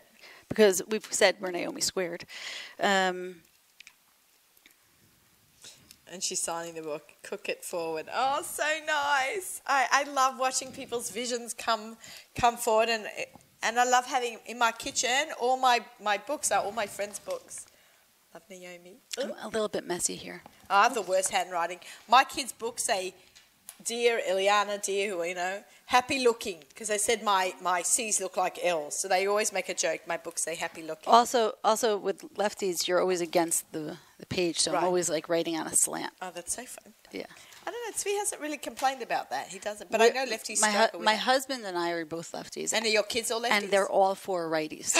because we've said we're Naomi squared. Um, And she's signing the book, Cook It Forward. Oh, so nice. I, I love watching people's visions come come forward. And and I love having in my kitchen, all my, my books are all my friends' books. Love Naomi. I'm a little bit messy here. I have the worst handwriting. My kids' books say, "Dear Ileana, dear," who you know, happy looking, because they said my my C's look like L's, so they always make a joke. My books say happy looking. Also, also with lefties, you're always against the, the page, so Right. I'm always like writing on a slant. Oh, that's so fun. Yeah, I don't know. Tzvi hasn't really complained about that. He doesn't, but I know lefties My, struggle hu- with my that. husband and I are both lefties, And are your kids all lefties? and they're all four righties.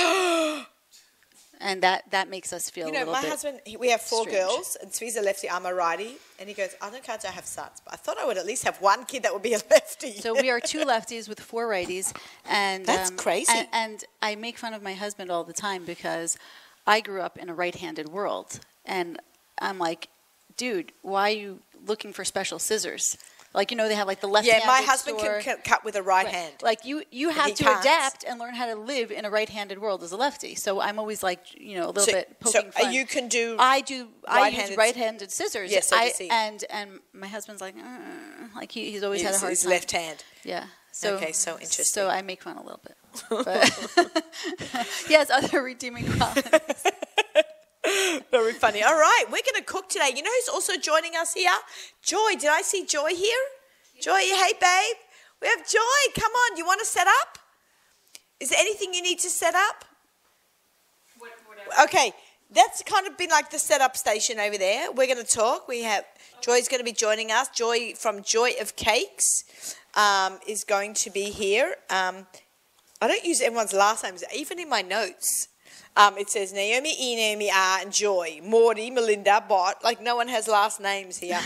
and that that makes us feel You a know, little my bit. husband. He, we have four strange. girls, and Tzvi's a lefty. I'm a righty, and he goes, "I don't care. I have sons, but I thought I would at least have one kid that would be a lefty." So we are two lefties with four righties, and That's crazy. And, and I make fun of my husband all the time because I grew up in a right-handed world, and I'm like, dude, why are you looking for special scissors? Like you know, they have like the left. Yeah, my husband can, can cut with a right, hand. Like you, you he have to can't. adapt and learn how to live in a right-handed world as a lefty. So I'm always like, you know, a little So- bit so poking uh, fun. you can do I do. I use right-handed- right-handed scissors. Yes, so I, does he. and and my husband's like, "Mm," like he, he's always had a His- hard his time. left hand. Yeah. So, Okay, so interesting. So I make fun a little bit. But he has other redeeming qualities. Very funny. All right, we're going to cook today. You know who's also joining us here? Joy. Did I see Joy here? Joy, hey, babe. We have Joy. Come on, you want to set up? Is there anything you need to set up? Okay, that's kind of been like the setup station over there. We're going to talk. We have Joy's going to be joining us. Joy from Joy of Cakes um, is going to be here. Um, I don't use everyone's last names, even in my notes. Um, it says Naomi E, Naomi R, and Joy, Morty, Melinda, Bot. Like no one has last names here.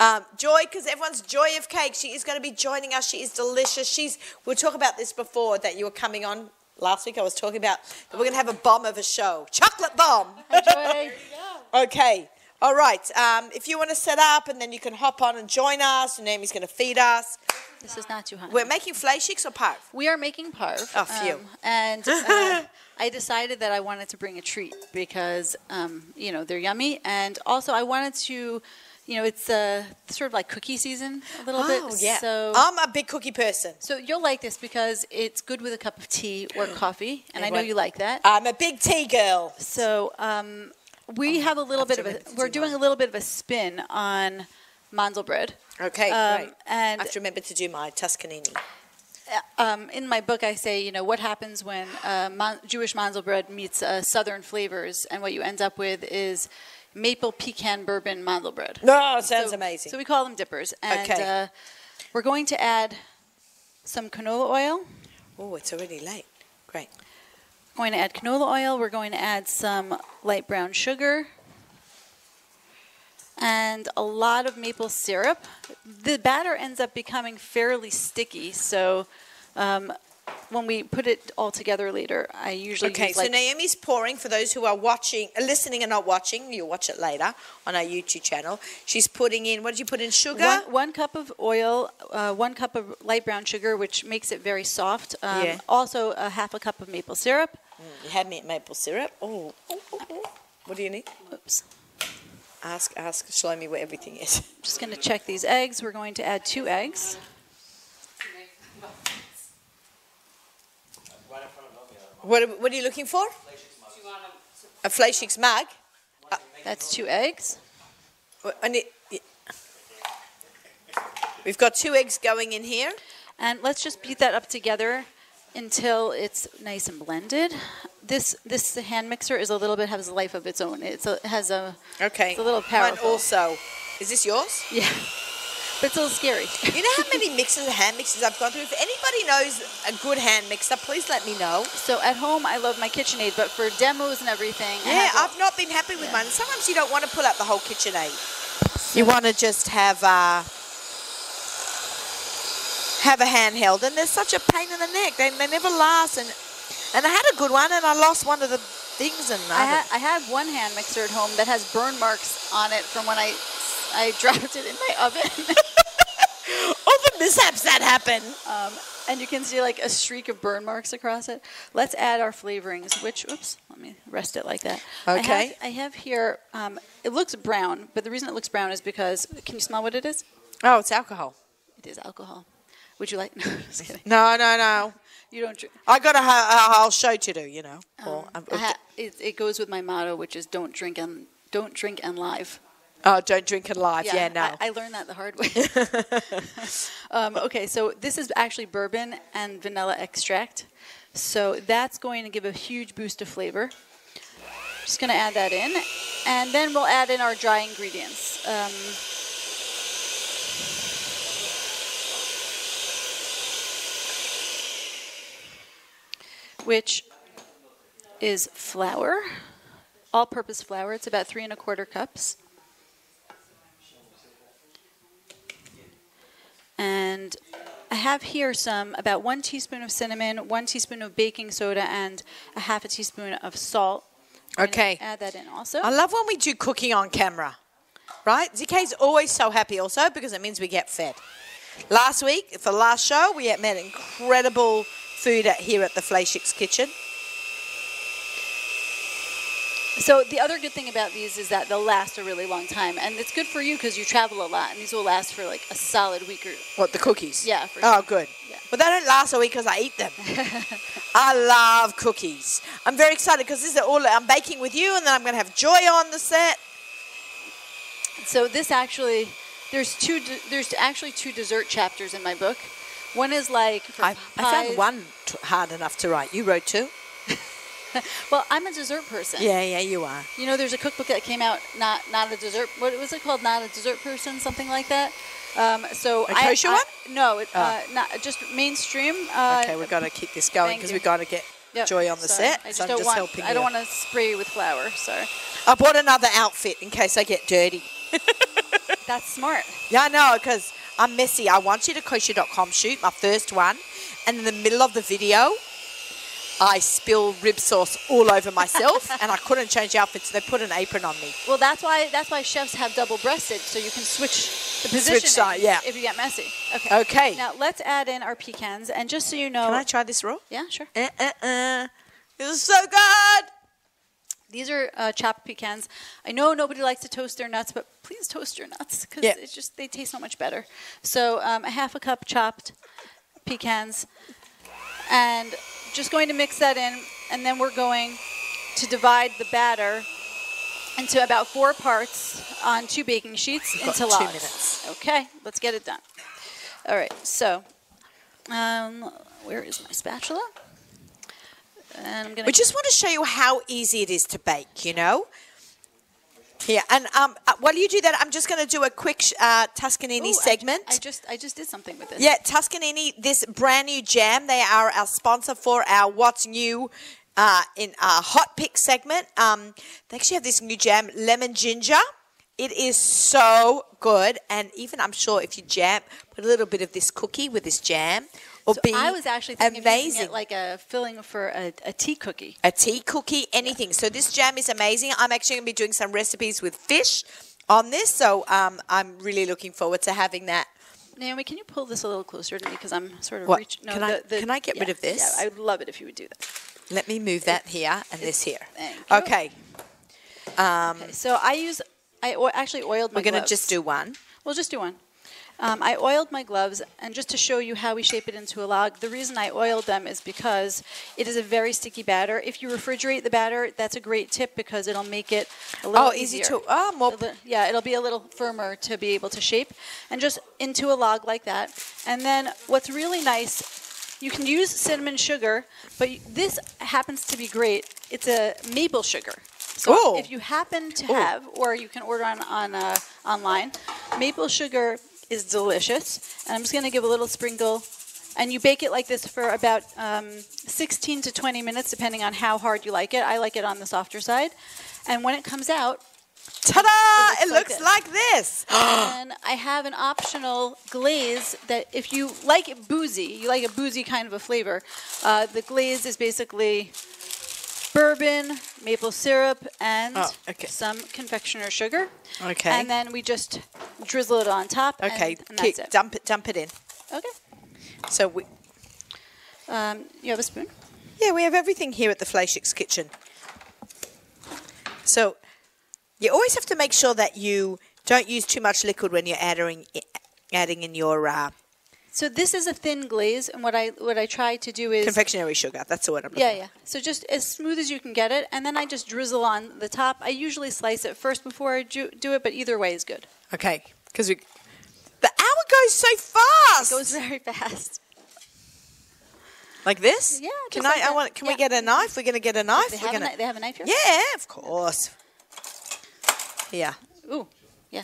um, Joy, because everyone's Joy of Cakes. She is going to be joining us. She is delicious. She's. We will talk about this before that you were coming on last week. I was talking about that we're going to have a bomb of a show, chocolate bomb. Okay. All right. Um, if you want to set up, and then you can hop on and join us. And Naomi's going to feed us. this is not too hot. We're making flakes or parv. We are making parv. Oh, phew. and uh, I decided that I wanted to bring a treat because, um, you know, they're yummy. And also, I wanted to, you know, it's uh, sort of like cookie season a little Oh, bit. So, I'm a big cookie person. so you'll like this because it's good with a cup of tea or coffee. And I know Everyone- you like that. I'm a big tea girl. So um, Oh, we have a little bit of a. remember to We're do doing a little bit of a spin on Mandelbrot. Okay, Um, great. and- I have to remember to do my Tuscanini. Um, in my book, I say, you know, what happens when uh, mon- Jewish Mandelbrot meets uh, Southern flavors, and what you end up with is maple pecan bourbon Mandelbrot. No, it sounds so, amazing. So we call them dippers, and Okay. uh, we're going to add some canola oil. oh, it's already late. Great. Going to add canola oil. We're going to add some light brown sugar and a lot of maple syrup. The batter ends up becoming fairly sticky, so um, when we put it all together later, I usually Okay, use so like Naomi's pouring for those who are watching, uh, listening and not watching. You'll watch it later on our YouTube channel. She's putting in. What did you put in? Sugar. one, one cup of oil, uh, one cup of light brown sugar, which makes it very soft. Um, Yeah. Also, a half a cup of maple syrup. You had me at maple syrup. Oh. What do you need? Oops. Ask, ask Shlomi where everything is. Just going to check these eggs. We're going to add two eggs. What, what are you looking for? A Fleischig's mug. That's two eggs. Well, I need- y- We've got two eggs going in here. And let's just beat that up together until it's nice and blended. This this hand mixer is a little bit has a life of its own. It's a, it has a Okay. It's a little Mine powerful. also. Is this yours? yeah, but it's a little scary. You know how many mixers, hand mixers I've gone through? If anybody knows a good hand mixer, please let me know. So at home, I love my KitchenAid, but for demos and everything, I Yeah, have a- I've not been happy with mine. Sometimes you don't want to pull out the whole KitchenAid. You want to just have a, have a handheld, and they're such a pain in the neck. They, they never last. And and I had a good one, and I lost one of the things, and I, I ha- I have one hand mixer at home that has burn marks on it from when I I dropped it in my oven, don't- all the mishaps that happen. um, and you can see like a streak of burn marks across it. Let's add our flavorings, which oops, let me rest it like that. I have- Okay. I have, here. Um, it looks brown, but the reason it looks brown is because can you smell what it is? Oh, it's alcohol. It is alcohol. Would you like? No, just kidding. No, no, no. You don't drink. I got a, ho- a whole show to do, you know. Or- Um, I ha- it, it goes with my motto, which is don't drink and don't drink and live. oh, don't drink and live. Yeah, no. I, I learned that the hard way. um, okay, so this is actually bourbon and vanilla extract. So that's going to give a huge boost of flavor. Just going to add that in. And then we'll add in our dry ingredients. Um, which is flour, all purpose flour. It's about three and a quarter cups. And I have here some about one teaspoon of cinnamon, one teaspoon of baking soda, and a half a teaspoon of salt. I'm gonna Okay. Add that in also. I love when we do cooking on camera. right? ZK's always so happy also because it means we get fed. Last week, for the last show, we had made incredible food at, here at the Fleischik's Kitchen. So the other good thing about these is that they'll last a really long time, and it's good for you because you travel a lot, and these will last for like a solid week or What, the cookies? yeah. For Oh, good. Yeah. But they don't last a week because I eat them. I love cookies. I'm very excited because this is all I'm baking with you, and then I'm going to have Joy on the set. So this actually, there's two. de- There's actually two dessert chapters in my book. One is like for I, I found pies- one t- hard enough to write. You wrote two? Well, I'm a dessert person. Yeah, yeah, you are. You know, there's a cookbook that came out, not not a dessert. What was it called? Not a dessert person, something like that. Um, so A I- kosher I- one? No, it, Oh. uh, not just mainstream. Uh, okay, we've got to keep this going thank because you. we've got to get yep, Joy on the sorry. set. I just so I'm don't just want. helping I you. don't want to spray you with flour. Sorry, I bought another outfit in case I get dirty. that's smart. Yeah, I know, because I'm messy. I want you to kosher.com shoot my first one. And in the middle of the video, I spill rib sauce all over myself and I couldn't change outfits. They put an apron on me. Well, that's why that's why chefs have double breasted, so you can switch the position. side, yeah. If you get messy. Okay. Okay. Now let's add in our pecans, and just so you know, Can I try this raw? yeah, sure. Uh, uh, uh. This is so good. These are uh, chopped pecans. I know nobody likes to toast their nuts, but please toast your nuts because Yeah. it's just they taste so much better. So um, a half a cup chopped pecans, and just going to mix that in, and then we're going to divide the batter into about four parts on two baking sheets got into two logs. minutes. Okay, let's get it done. All right, so um, where is my spatula? And I'm gonna. We just want to show you how easy it is to bake, you know? Here, and um, uh, while you do that, I'm just going to do a quick sh- uh, Tuscanini Ooh, I ju- segment. I just I just did something with this. Yeah, Tuscanini, this brand new jam. They are our sponsor for our What's New uh, in our Hot Pick segment. Um, they actually have this new jam, Lemon Ginger. It is so good. And even I'm sure if you jam, put a little bit of this cookie with this jam, it'll So be I was actually thinking of using amazing. it like a filling for a, a tea cookie. a tea cookie, anything. So this jam is amazing. I'm actually going to be doing some recipes with fish on this. So um, I'm really looking forward to having that. Naomi, can you pull this a little closer to me because I'm sort of What? reaching. No, Can I- the- the- can I get rid yeah, of this? Mm. Yeah, I would love it if you would do that. Let me move that here and this here. Thank you. Okay, Okay, so I use I o- actually oiled my. we're going to gloves. just do one. We'll just do one. Um, I oiled my gloves, and just to show you how we shape it into a log, the reason I oiled them is because it is a very sticky batter. If you refrigerate the batter, that's a great tip because it'll make it a little Oh, easy easier. to- oh, more- A li- yeah, it'll be a little firmer to be able to shape, and just into a log like that. And then what's really nice, you can use cinnamon sugar, but y- this happens to be great. It's a maple sugar. So Oh. if you happen to have, or you can order on on uh, online. Maple sugar is delicious, and I'm just going to give a little sprinkle. And you bake it like this for about um, 16 to 20 minutes, depending on how hard you like it. I like it on the softer side. And when it comes out, Ta-da! It It looks looks like like this. then I have an optional glaze that if you like it boozy, you like a boozy kind of a flavor. Uh, the glaze is basically bourbon, maple syrup, and Oh, okay. some confectioner sugar. Okay. And then we just drizzle it on top. and- Okay, and, keep- that's it. dump it, dump it in. Okay. So we, Um, you have a spoon. yeah, we have everything here at the Fleischik's Kitchen. So you always have to make sure that you don't use too much liquid when you're adding adding in your uh, So this is a thin glaze, and what I what I try to do is confectionery sugar. That's the word I'm looking. Yeah, yeah. So just as smooth as you can get it, and then I just drizzle on the top. I usually slice it first before I do, do it, but either way is good. for. Okay, because we. The hour goes so fast. Goes very fast. like this? Yeah, Can just I? like I that. want. Can we Yeah. get a knife? We're gonna get a knife. They We're have, gonna. a, kni- they have a knife here. yeah, of course. Yeah. Ooh, yeah.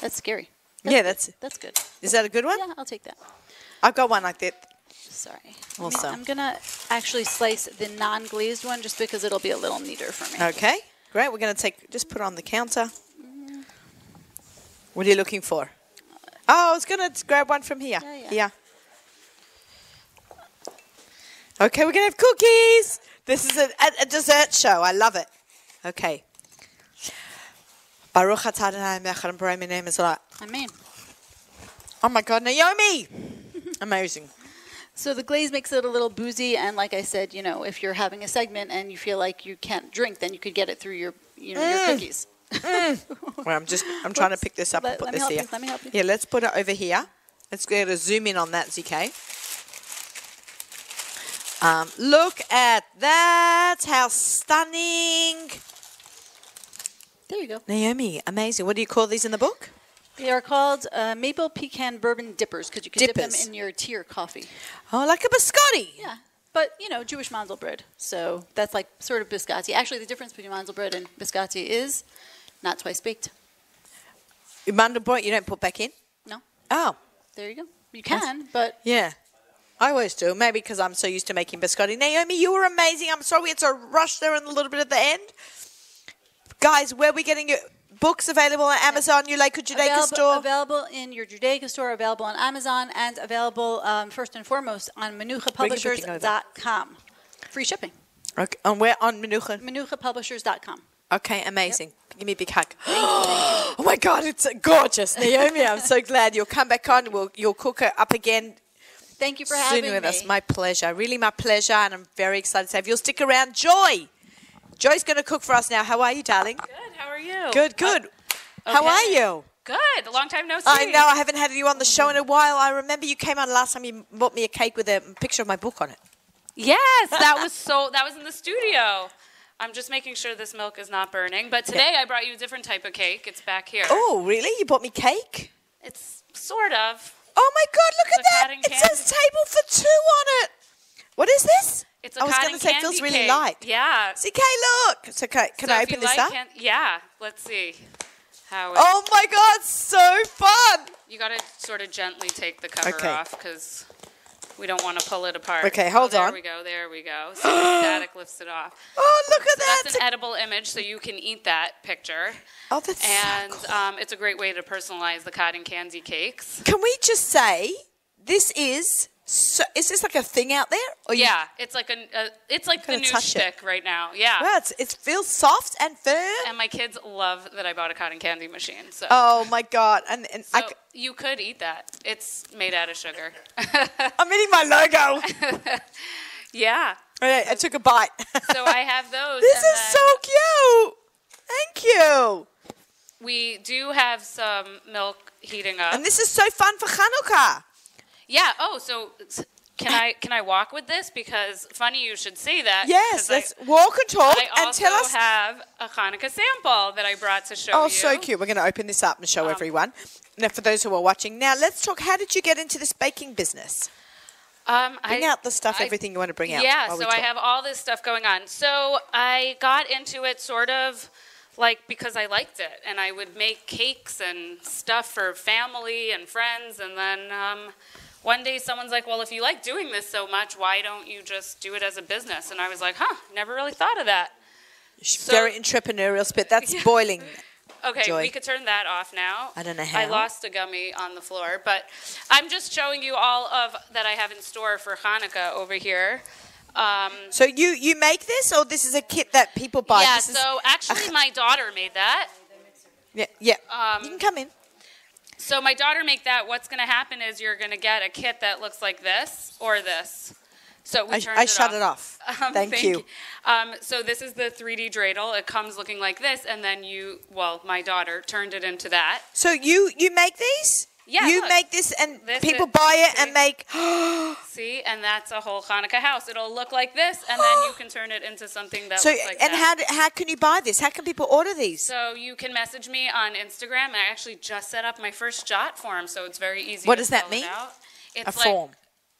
That's scary. Yeah, that's. That's good. Is that a good one? Yeah, I'll take that. I've got one like that. Sorry. Let me- Awesome. I'm gonna actually slice the non-glazed one just because it'll be a little neater for me. Okay, great. We're going to take, just put it on the counter. What are you looking for? Oh, I was going to grab one from here. Yeah, yeah. Yeah. Okay, we're going to have cookies. This is a, a, a dessert show. I love it. Okay. Baruch atah Adonai melech haolam bara name is I mean. Oh my God, Naomi! Amazing. So the glaze makes it a little boozy, and like I said, you know, if you're having a segment and you feel like you can't drink, then you could get it through your, you know, your cookies. Well, I'm just I'm trying to pick this up and Let- put let me this help here. you, let me help you. Yeah, let's put it over here. Let's go to zoom in on that, ZK. Um, look at that! How stunning, There you go. Naomi! Amazing. What do you call these in the book? They are called uh, maple pecan bourbon dippers because you can dip Dippers. them in your tea or coffee. Oh, like a biscotti. Yeah, but you know, Jewish manzel bread, so that's like sort of biscotti. Actually, the difference between manzel bread and biscotti is not twice baked. Your mandel bread you don't put back in. No, Oh, there you go. You can, but yeah. I always do. Maybe because I'm so used to making biscotti. Naomi, you were amazing. I'm sorry we had to rush there in a little bit at the end. Guys, where are we getting your books available on Amazon, your Lakewood Judaica available, store? available in your Judaica store, available on Amazon, and available um, first and foremost on everything over. MenuchaPublishers.com. Free shipping. Okay, and we're on Menuchin. MenuchaPublishers.com. Okay, amazing. Give me a big hug. oh my God, it's gorgeous, Naomi. I'm so glad you'll come back on. We'll you'll cook it up again Thank you for soon having with me. us. My pleasure, really my pleasure, and I'm very excited to have you. Stick around, Joy. Joy's going to cook for us now. How are you, darling? Good. How are you? Good, good. How are okay. you? Good. A long time no see. I know I haven't had you on the show in a while. I remember you came on last time. You bought me a cake with a picture of my book on it. Yes, that was so. That was in the studio. I'm just making sure this milk is not burning. But today I brought you a different type of cake. It's back here. Oh, really? You bought me cake? It's sort of. Oh my God! Look It's a at that! cotton It candy. says table for two on it. What is this? It's a I was cotton gonna say it candy feels really cake. light. Yeah. CK, look. So can, can So I if you open this like, up? can- yeah. Let's see. How it, Oh my God! So fun. you got to sort of gently take the cover Okay. off because we don't want to pull it apart. Okay, Oh, hold there on. There we go. There we go. So the static lifts it off. Oh, look at So that. that's an edible image, so you can eat that picture. oh, that's And so cool. um, it's a great way to personalize the cotton candy cakes. Can we just say this is? So, is this like a thing out there? Or you- Yeah, it's like a, a it's like the Gonna new touch it. shtick right now. Yeah. Wow, it's, it feels soft and firm. And my kids love that I bought a cotton candy machine. So, oh my God! And and I so c- you could eat that. It's made out of sugar. I'm eating my logo. yeah. I, I took a bite. So I have those. this and is then- so cute. Thank you. We do have some milk heating up. And this is so fun for Hanukkah. yeah. Oh, so s- can I can I walk with this? Because funny you should say that. Yes, 'cause I- let's walk and talk I also and tell us. have a Hanukkah sample that I brought to show you. Um, oh, so cute. We're going to open this up and show everyone. Now, for those who are watching, now let's talk. How did you get into this baking business? Um, Bring out the stuff, everything you want to bring out Yeah, while we so I talk. have all this stuff going on. So I got into it sort of like because I liked it, and I would make cakes and stuff for family and friends, and then. Um, one day someone's like, Well, if you like doing this so much, why don't you just do it as a business? And I was like, Huh, never really thought of that. Very entrepreneurial spit. That's boiling. Okay, Joy. we could turn that off now. I don't know I how. lost a gummy on the floor, but I'm just showing you all of that I have in store for Hanukkah over here. Um, So you you make this, or this is a kit that people buy? yeah, This is- so actually, my daughter made that. yeah, yeah. um, you can come in. So my daughter make that. What's going to happen is you're going to get a kit that looks like this or this. So we I, turned I it shut off. it off. Um, Thank, you. Um, so this is the 3D dreidel. It comes looking like this, and then you, well, my daughter turned it into that. So you you make these? Yeah, You look. make this and This people is- buy it and see? make See, and that's a whole Hanukkah house. It'll look like this, and then you can turn it into something that So looks like and that. how do, how can you buy this? How can people order these? so you can message me on Instagram. I actually just set up my first Jot form, so it's very easy. What to does that fill it mean? out. It's a form.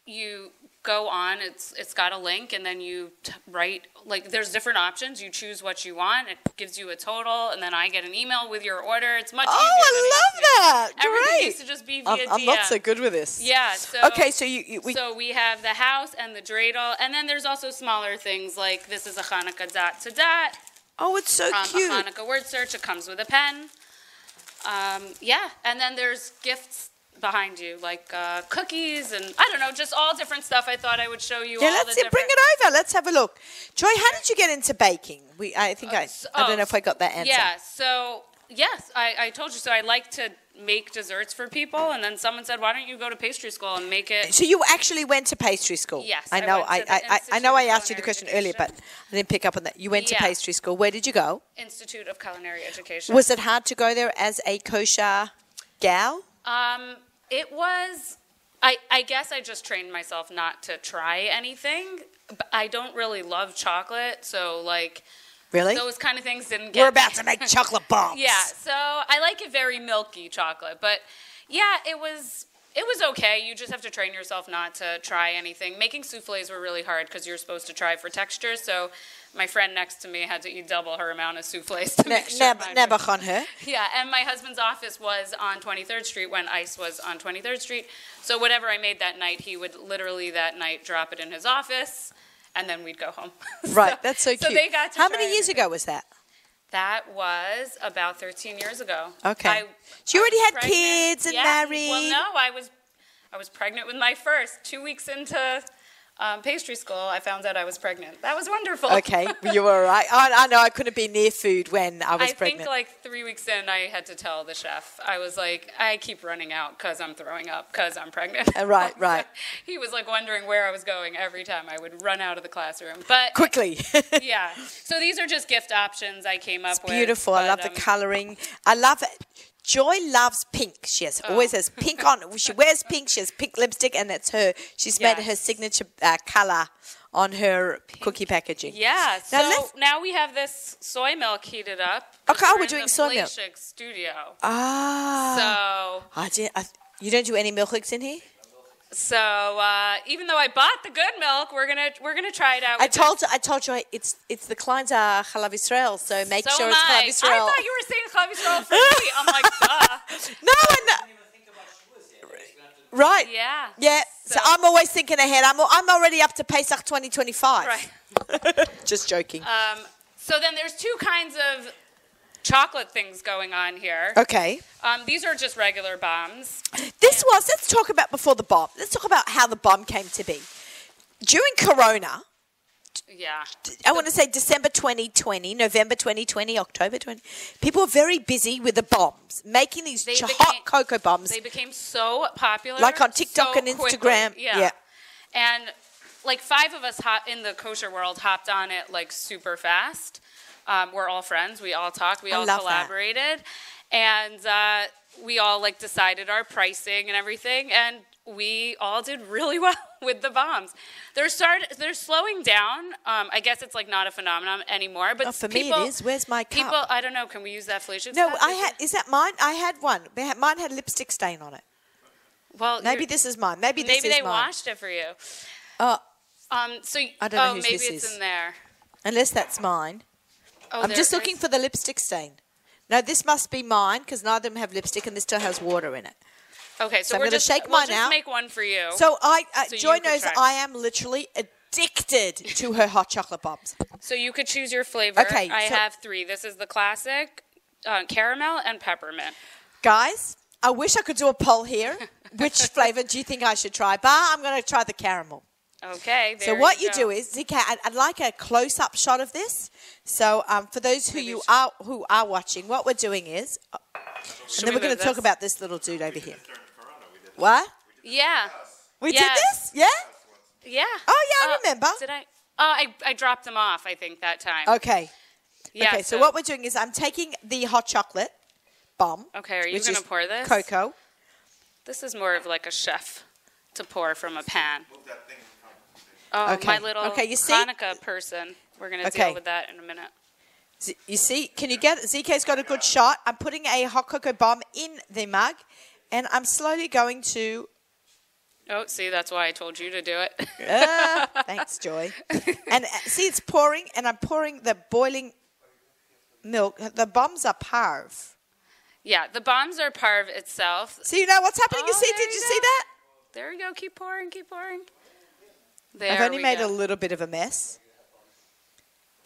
you go on it's it's got a link and then you t- write like there's different options you choose what you want it gives you a total and then i get an email with your order it's much Oh, easier than I it used to be. love that. everything Great. Um, used to just be via I'm, I'm not DM. so good with this. yeah so okay, so you, you we, so we have the house and the dreidel, and then there's also smaller things like this is a Hanukkah dot to dot oh, it's so from cute. a Hanukkah word search. It comes with a pen. Um, yeah, and then there's gifts behind you like uh, cookies and I don't know, just all different stuff. I thought I would show you. yeah, all let's the yeah, bring different- it over. Let's have a look. Joy, how did you get into baking? We I think I I oh, don't know if I got that answer. Yeah, so Yes, I, I told you. So I like to make desserts for people, and then someone said, "Why don't you go to pastry school and make it?" So you actually went to pastry school? Yes, I I know. went to I, I, I, the I Institute know. I of asked you the Culinary question earlier, but I didn't pick up on that. You went Yeah. to pastry school. Where did you go? Institute of Culinary Education. Was it hard to go there as a kosher gal? Um, it was. I, I guess I just trained myself not to try anything. But I don't really love chocolate, so like Really? those kind of things didn't get. We're about to make chocolate bombs. Yeah, so I like it very milky chocolate, but yeah, it was it was okay. You just have to train yourself not to try anything. Making souffles were really hard because you're supposed to try for texture. So my friend next to me had to eat double her amount of souffles to Na- make sure. nab- mine were- nabbach on her. yeah, and my husband's office was on 23rd Street when ICE was on 23rd Street. So whatever I made that night, he would literally that night drop it in his office, and then we'd go home. Right, that's so cute. So they got to How try many years everything. ago was that? That was about 13 years ago. Okay. I- So you I already was had pregnant. kids and Yeah. married. Well, no, I was, I was pregnant with my first. Two weeks into um, pastry school, I found out I was pregnant. That was wonderful. Okay, you were right. I, I know I couldn't be near food when I was I pregnant. think like three weeks in, I had to tell the chef. I was like, I keep running out because I'm throwing up because I'm pregnant. Uh, right, right. he was like wondering where I was going every time I would run out of the classroom. But Quickly. yeah, so these are just gift options I came up It's with. beautiful. I but, love um, the coloring. I love it. Joy loves pink. She has Oh. always has pink on. She wears pink. She has pink lipstick, and that's her. She's made Yes. her signature uh, color on her cookie packaging. Yeah. So Now now, let's- we have this soy milk heated up. Okay, oh, We're we're in doing the soy milk. Fleshig studio. Ah. So, I did, I, you don't do any milk licks in here. so uh, even though I bought the good milk, we're gonna we're gonna try it out. I with told I told you it's it's the clients are Halav Israel, so make So sure am it's I. Halav Israel. I thought you were saying cholesterol for me. I'm like, duh. no, no. Right. Yeah. Yeah. So, So- I'm always thinking ahead. I'm al- I'm already up to Pesach 2025. Right. Just joking. Um, so then there's two kinds of chocolate things going on here. okay. Um, these are just regular bombs. This was, let's talk about before the bomb. Let's talk about how the bomb came to be. During Corona, Yeah. I want to say December 2020, November 2020, October 20, people were very busy with the bombs, making these They ch- became- hot cocoa bombs. They became so popular, Like on TikTok so and quickly. Instagram. Yeah. Yeah. and like five of us hop- in the kosher world hopped on it like super fast. Um, we're all friends. We all talked. We I all love that. collaborated, and uh, we all like decided our pricing and everything, and we all did really well with the bombs. They're start. They're slowing down. Um, I guess it's like not a phenomenon anymore. But Oh, for me it people, is. Where's my cup? People, I don't know. Can we use that Felicia's no, cup? I had, is that mine? I had one. They had- Mine had lipstick stain on it. Well, Maybe you're- this is mine. Maybe this Maybe is they mine. washed it for you. Oh, Um, so y- I don't know oh, whose maybe this it's is. in there. unless that's mine. Oh, I'm there just it looking is. for the lipstick stain. No, this must be mine because neither of them have lipstick and this still has water in it. So Okay, so, I'm we're gonna just shake we'll mine just out. make one for you. So I, uh, Oh. So you Joy could knows try. I am literally addicted to her hot chocolate bombs. So you could choose your flavor. Okay, I so- have three. This is the classic, uh, caramel and peppermint. Guys, I wish I could do a poll here. Which flavor do you think I should try? But I'm going to try the caramel. Okay. So there what you you do go. is, Zika, I'd, I'd like a close-up shot of this. So um, for those who you are who are watching, what we're doing is, uh, and then we we're going move to talk this? about this little dude over here. What? yeah, We Yes. did this? Yeah. yeah. Oh, yeah, I Uh, remember. Did I? Oh, I, I dropped them off. I think that time. Okay. Yeah, okay. So, what we're doing is, I'm taking the hot chocolate bomb. Okay, are you which gonna is pour this? Cocoa. This is more of like a chef to pour from a pan. Oh, Okay. my little Okay, you see? Hanukkah person. We're gonna Okay. deal with that in a minute. Z- You see, can you get ZK's got a good shot. I'm putting a hot cocoa bomb in the mug, and I'm slowly going to. Oh, see, that's why I told you to do it. Uh, thanks, Joy. And uh, see, it's pouring, and I'm pouring the boiling milk. The bombs are parve. yeah, the bombs are parve itself. So you know what's happening. you Oh, see? there Did you you go. see that? There we go. Keep pouring. Keep pouring. There I've only we made go. a little bit of a mess,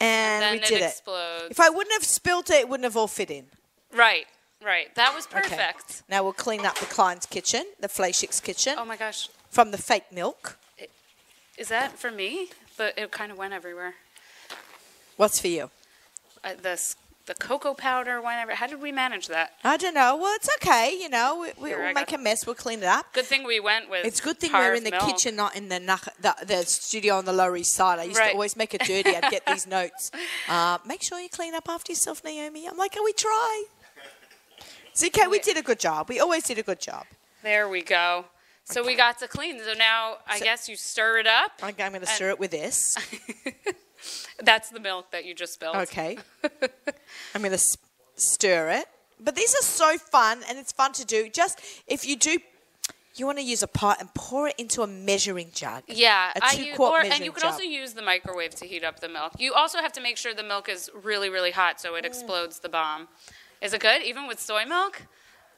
and, Then we it did it. explodes. If I wouldn't have spilled it, it wouldn't have all fit in. Right. Right. That was Okay. perfect. Now we'll clean up the Klein's kitchen, the Fleischik's kitchen, Oh my gosh. from the fake milk. Is that for me? But it kind of went everywhere. What's for you? Uh, this the cocoa powder, whatever. How did we manage that? I don't know. Well, it's okay. You know, we, we, Here, will I make got- a mess. We'll clean it up. Good thing we went with. It's a good thing we're Harve in the Mill. kitchen, not in the, nach- the the studio on the Lower East Side. I used to Right. always make it dirty. I'd get these notes. Uh, make sure you clean up after yourself, Naomi. I'm like, oh, we try. ZK, we did a good job. We always did a good job. There we go. So we got to clean. So now I So- guess you stir it up. I'm going to stir it with this. That's the milk that you just spilled. Okay. I'm going to s- stir it. But these are so fun and it's fun to do. Just if you do, you want to use a pot and pour it into a measuring jug. Yeah, A I two u- quart or, and measuring you can jug. also use the microwave to heat up the milk. You also have to make sure the milk is really, really hot so it explodes the bomb. Is it good, even with soy milk?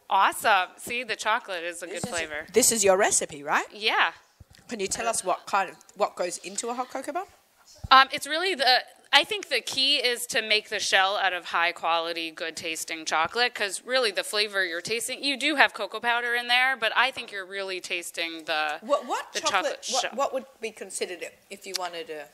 Awesome. See, the chocolate is a good flavor. This is your recipe, right? Yeah. Can you tell us what kind of what goes into a hot cocoa bun? Um, it's really the. I think the key is to make the shell out of high quality, good tasting chocolate because really the flavor you're tasting, you do have cocoa powder in there, but I think you're really tasting the What, what the chocolate? shell. what, what would be considered it if you wanted to,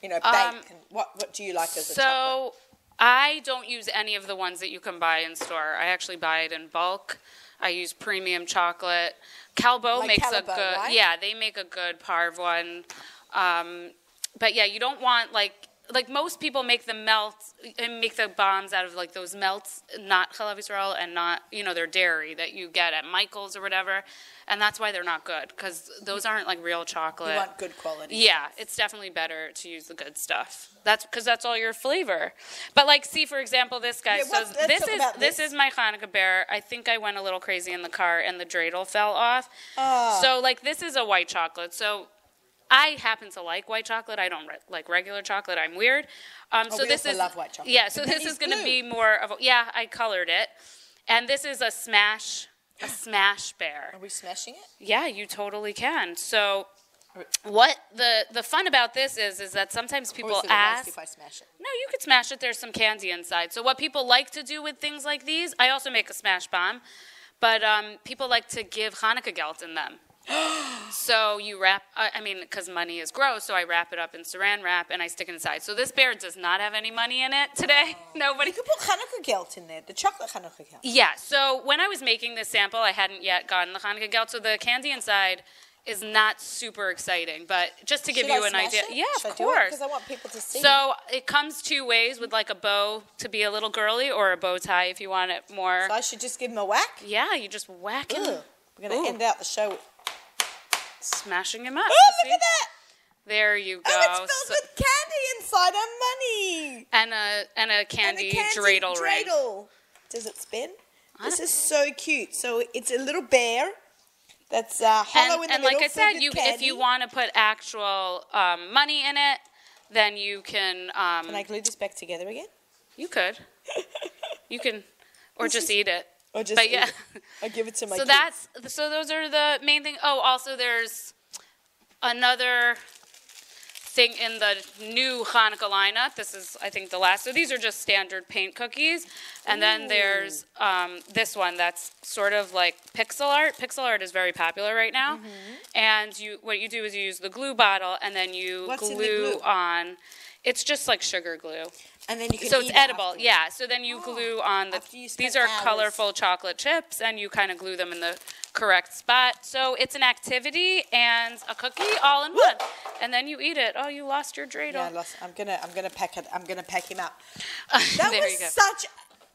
you know, bake? Um, and what What do you like as a chocolate? So I don't use any of the ones that you can buy in store. I actually buy it in bulk. I use premium chocolate. Calbo Like makes a Calbo, good right? yeah, they make a good parve one. Um, but yeah, you don't want like like most people make the melt and make the bombs out of like those melts, not chalavisrol and not you know their dairy that you get at Michaels or whatever, and that's why they're not good because those aren't like real chocolate. You want good quality. Yeah, it's definitely better to use the good stuff. That's because that's all your flavor. But like, see for example, this guy. Yeah, so what- let's this talk is about this. this. is my Hanukkah bear. I think I went a little crazy in the car and the dreidel fell off. Ah. So like, this is a white chocolate. So I happen to like white chocolate. I don't re- like regular chocolate. I'm weird. Um, so Oh, we this also is love white chocolate. yeah. So And then this he's is going to blue. be more of a, yeah. I colored it, and this is a smash a smash bear. Are we smashing it? Yeah, you totally can. So what the the fun about this is is that sometimes Or is people it a waste ask if I smash it? No, you could smash it. There's some candy inside. So what people like to do with things like these, I also make a smash bomb, but um, people like to give Hanukkah gelt in them. so you wrap I I mean cuz money is gross, so I wrap it up in saran wrap and I stick it inside. So this bear does not have any money in it today. Nobody You could put Hanukkah gelt in there, the chocolate Hanukkah gelt. yeah. So when I was making this sample, I hadn't yet gotten the Hanukkah gelt, so the candy inside is not super exciting. But just to give Should you I an smash idea, it? yeah, Should of I course. Because I want people to see. So it comes two ways with like a bow to be a little girly or a bow tie if you want it more. So I should just give him a whack. yeah, you just whack him, Ugh. We're going Ooh. to end out the show. with- smashing him up. Oh, See? look at that! There you go. Oh, it's filled So- with candy inside and money. and a and a And candy, a candy dreidel, ring. dreidel. Does it spin? This is so cute. So it's a little bear that's uh, hollow in and, the and middle. like I filled said, with you if candy. you want to put actual um, money in it, then you can. Um, Can I glue this back together again? You could. You can, or just eat it. Or just But eat yeah. it? I give it to my So kids. that's so those are the main thing. Oh, also there's another thing in the new Hanukkah lineup. This is I think the last. So these are just standard paint cookies, and then there's um, this one that's sort of like pixel art. Pixel art is very popular right now, Mm-hmm. and you what you do is you use the glue bottle and then you What's in the glue, glue? on. It's just like sugar glue and then you can so eat it's it edible afterwards. yeah so then you glue on the After you spend these are hours. colorful chocolate chips and you kind of glue them in the correct spot so it's an activity and a cookie all in one and then you eat it oh you lost your dreidel Yeah, I lost- I'm gonna, I'm gonna pack it. I'm gonna pack him up. That there was you go such.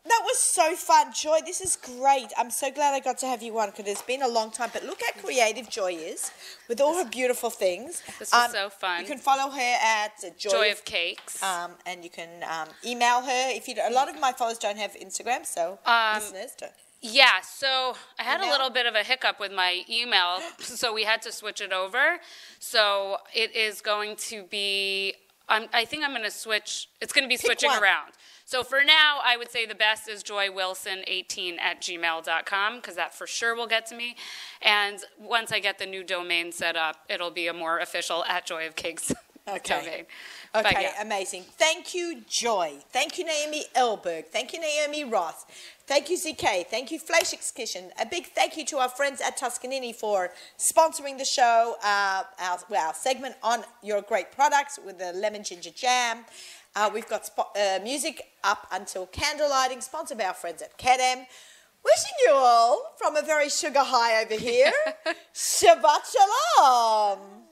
That was so fun, Joy. This is great. I'm so glad I got to have you on because it's been a long time. But look how creative Joy is with all her beautiful things. Um, This was so fun. You can follow her at Joy, joy of cakes um, and you can um, email her if you. Don't, a lot of my followers don't have Instagram, so Um, listeners don't. Yeah, so I had a Email? little bit of a hiccup with my email, so we had to switch it over. So it is going to be, I'm, I think I'm going to switch, it's going to be switching one. around. So for now, I would say the best is joywilson18 at gmail.com because that for sure will get to me. And once I get the new domain set up, it'll be a more official at Joy of Cakes Okay. domain. But Okay, yeah. amazing. Thank you, Joy. Thank you, Naomi Elberg. Thank you, Naomi Roth. Thank you, ZK. Thank you, Flash Excursion. A big thank you to our friends at Tuscanini for sponsoring the show, uh, our, well, our segment on your great products with the lemon ginger jam. Uh, we've got spo- uh, music up until candle lighting, sponsored by our friends at Cadam. Wishing you all from a very sugar high over here. Shabbat shalom.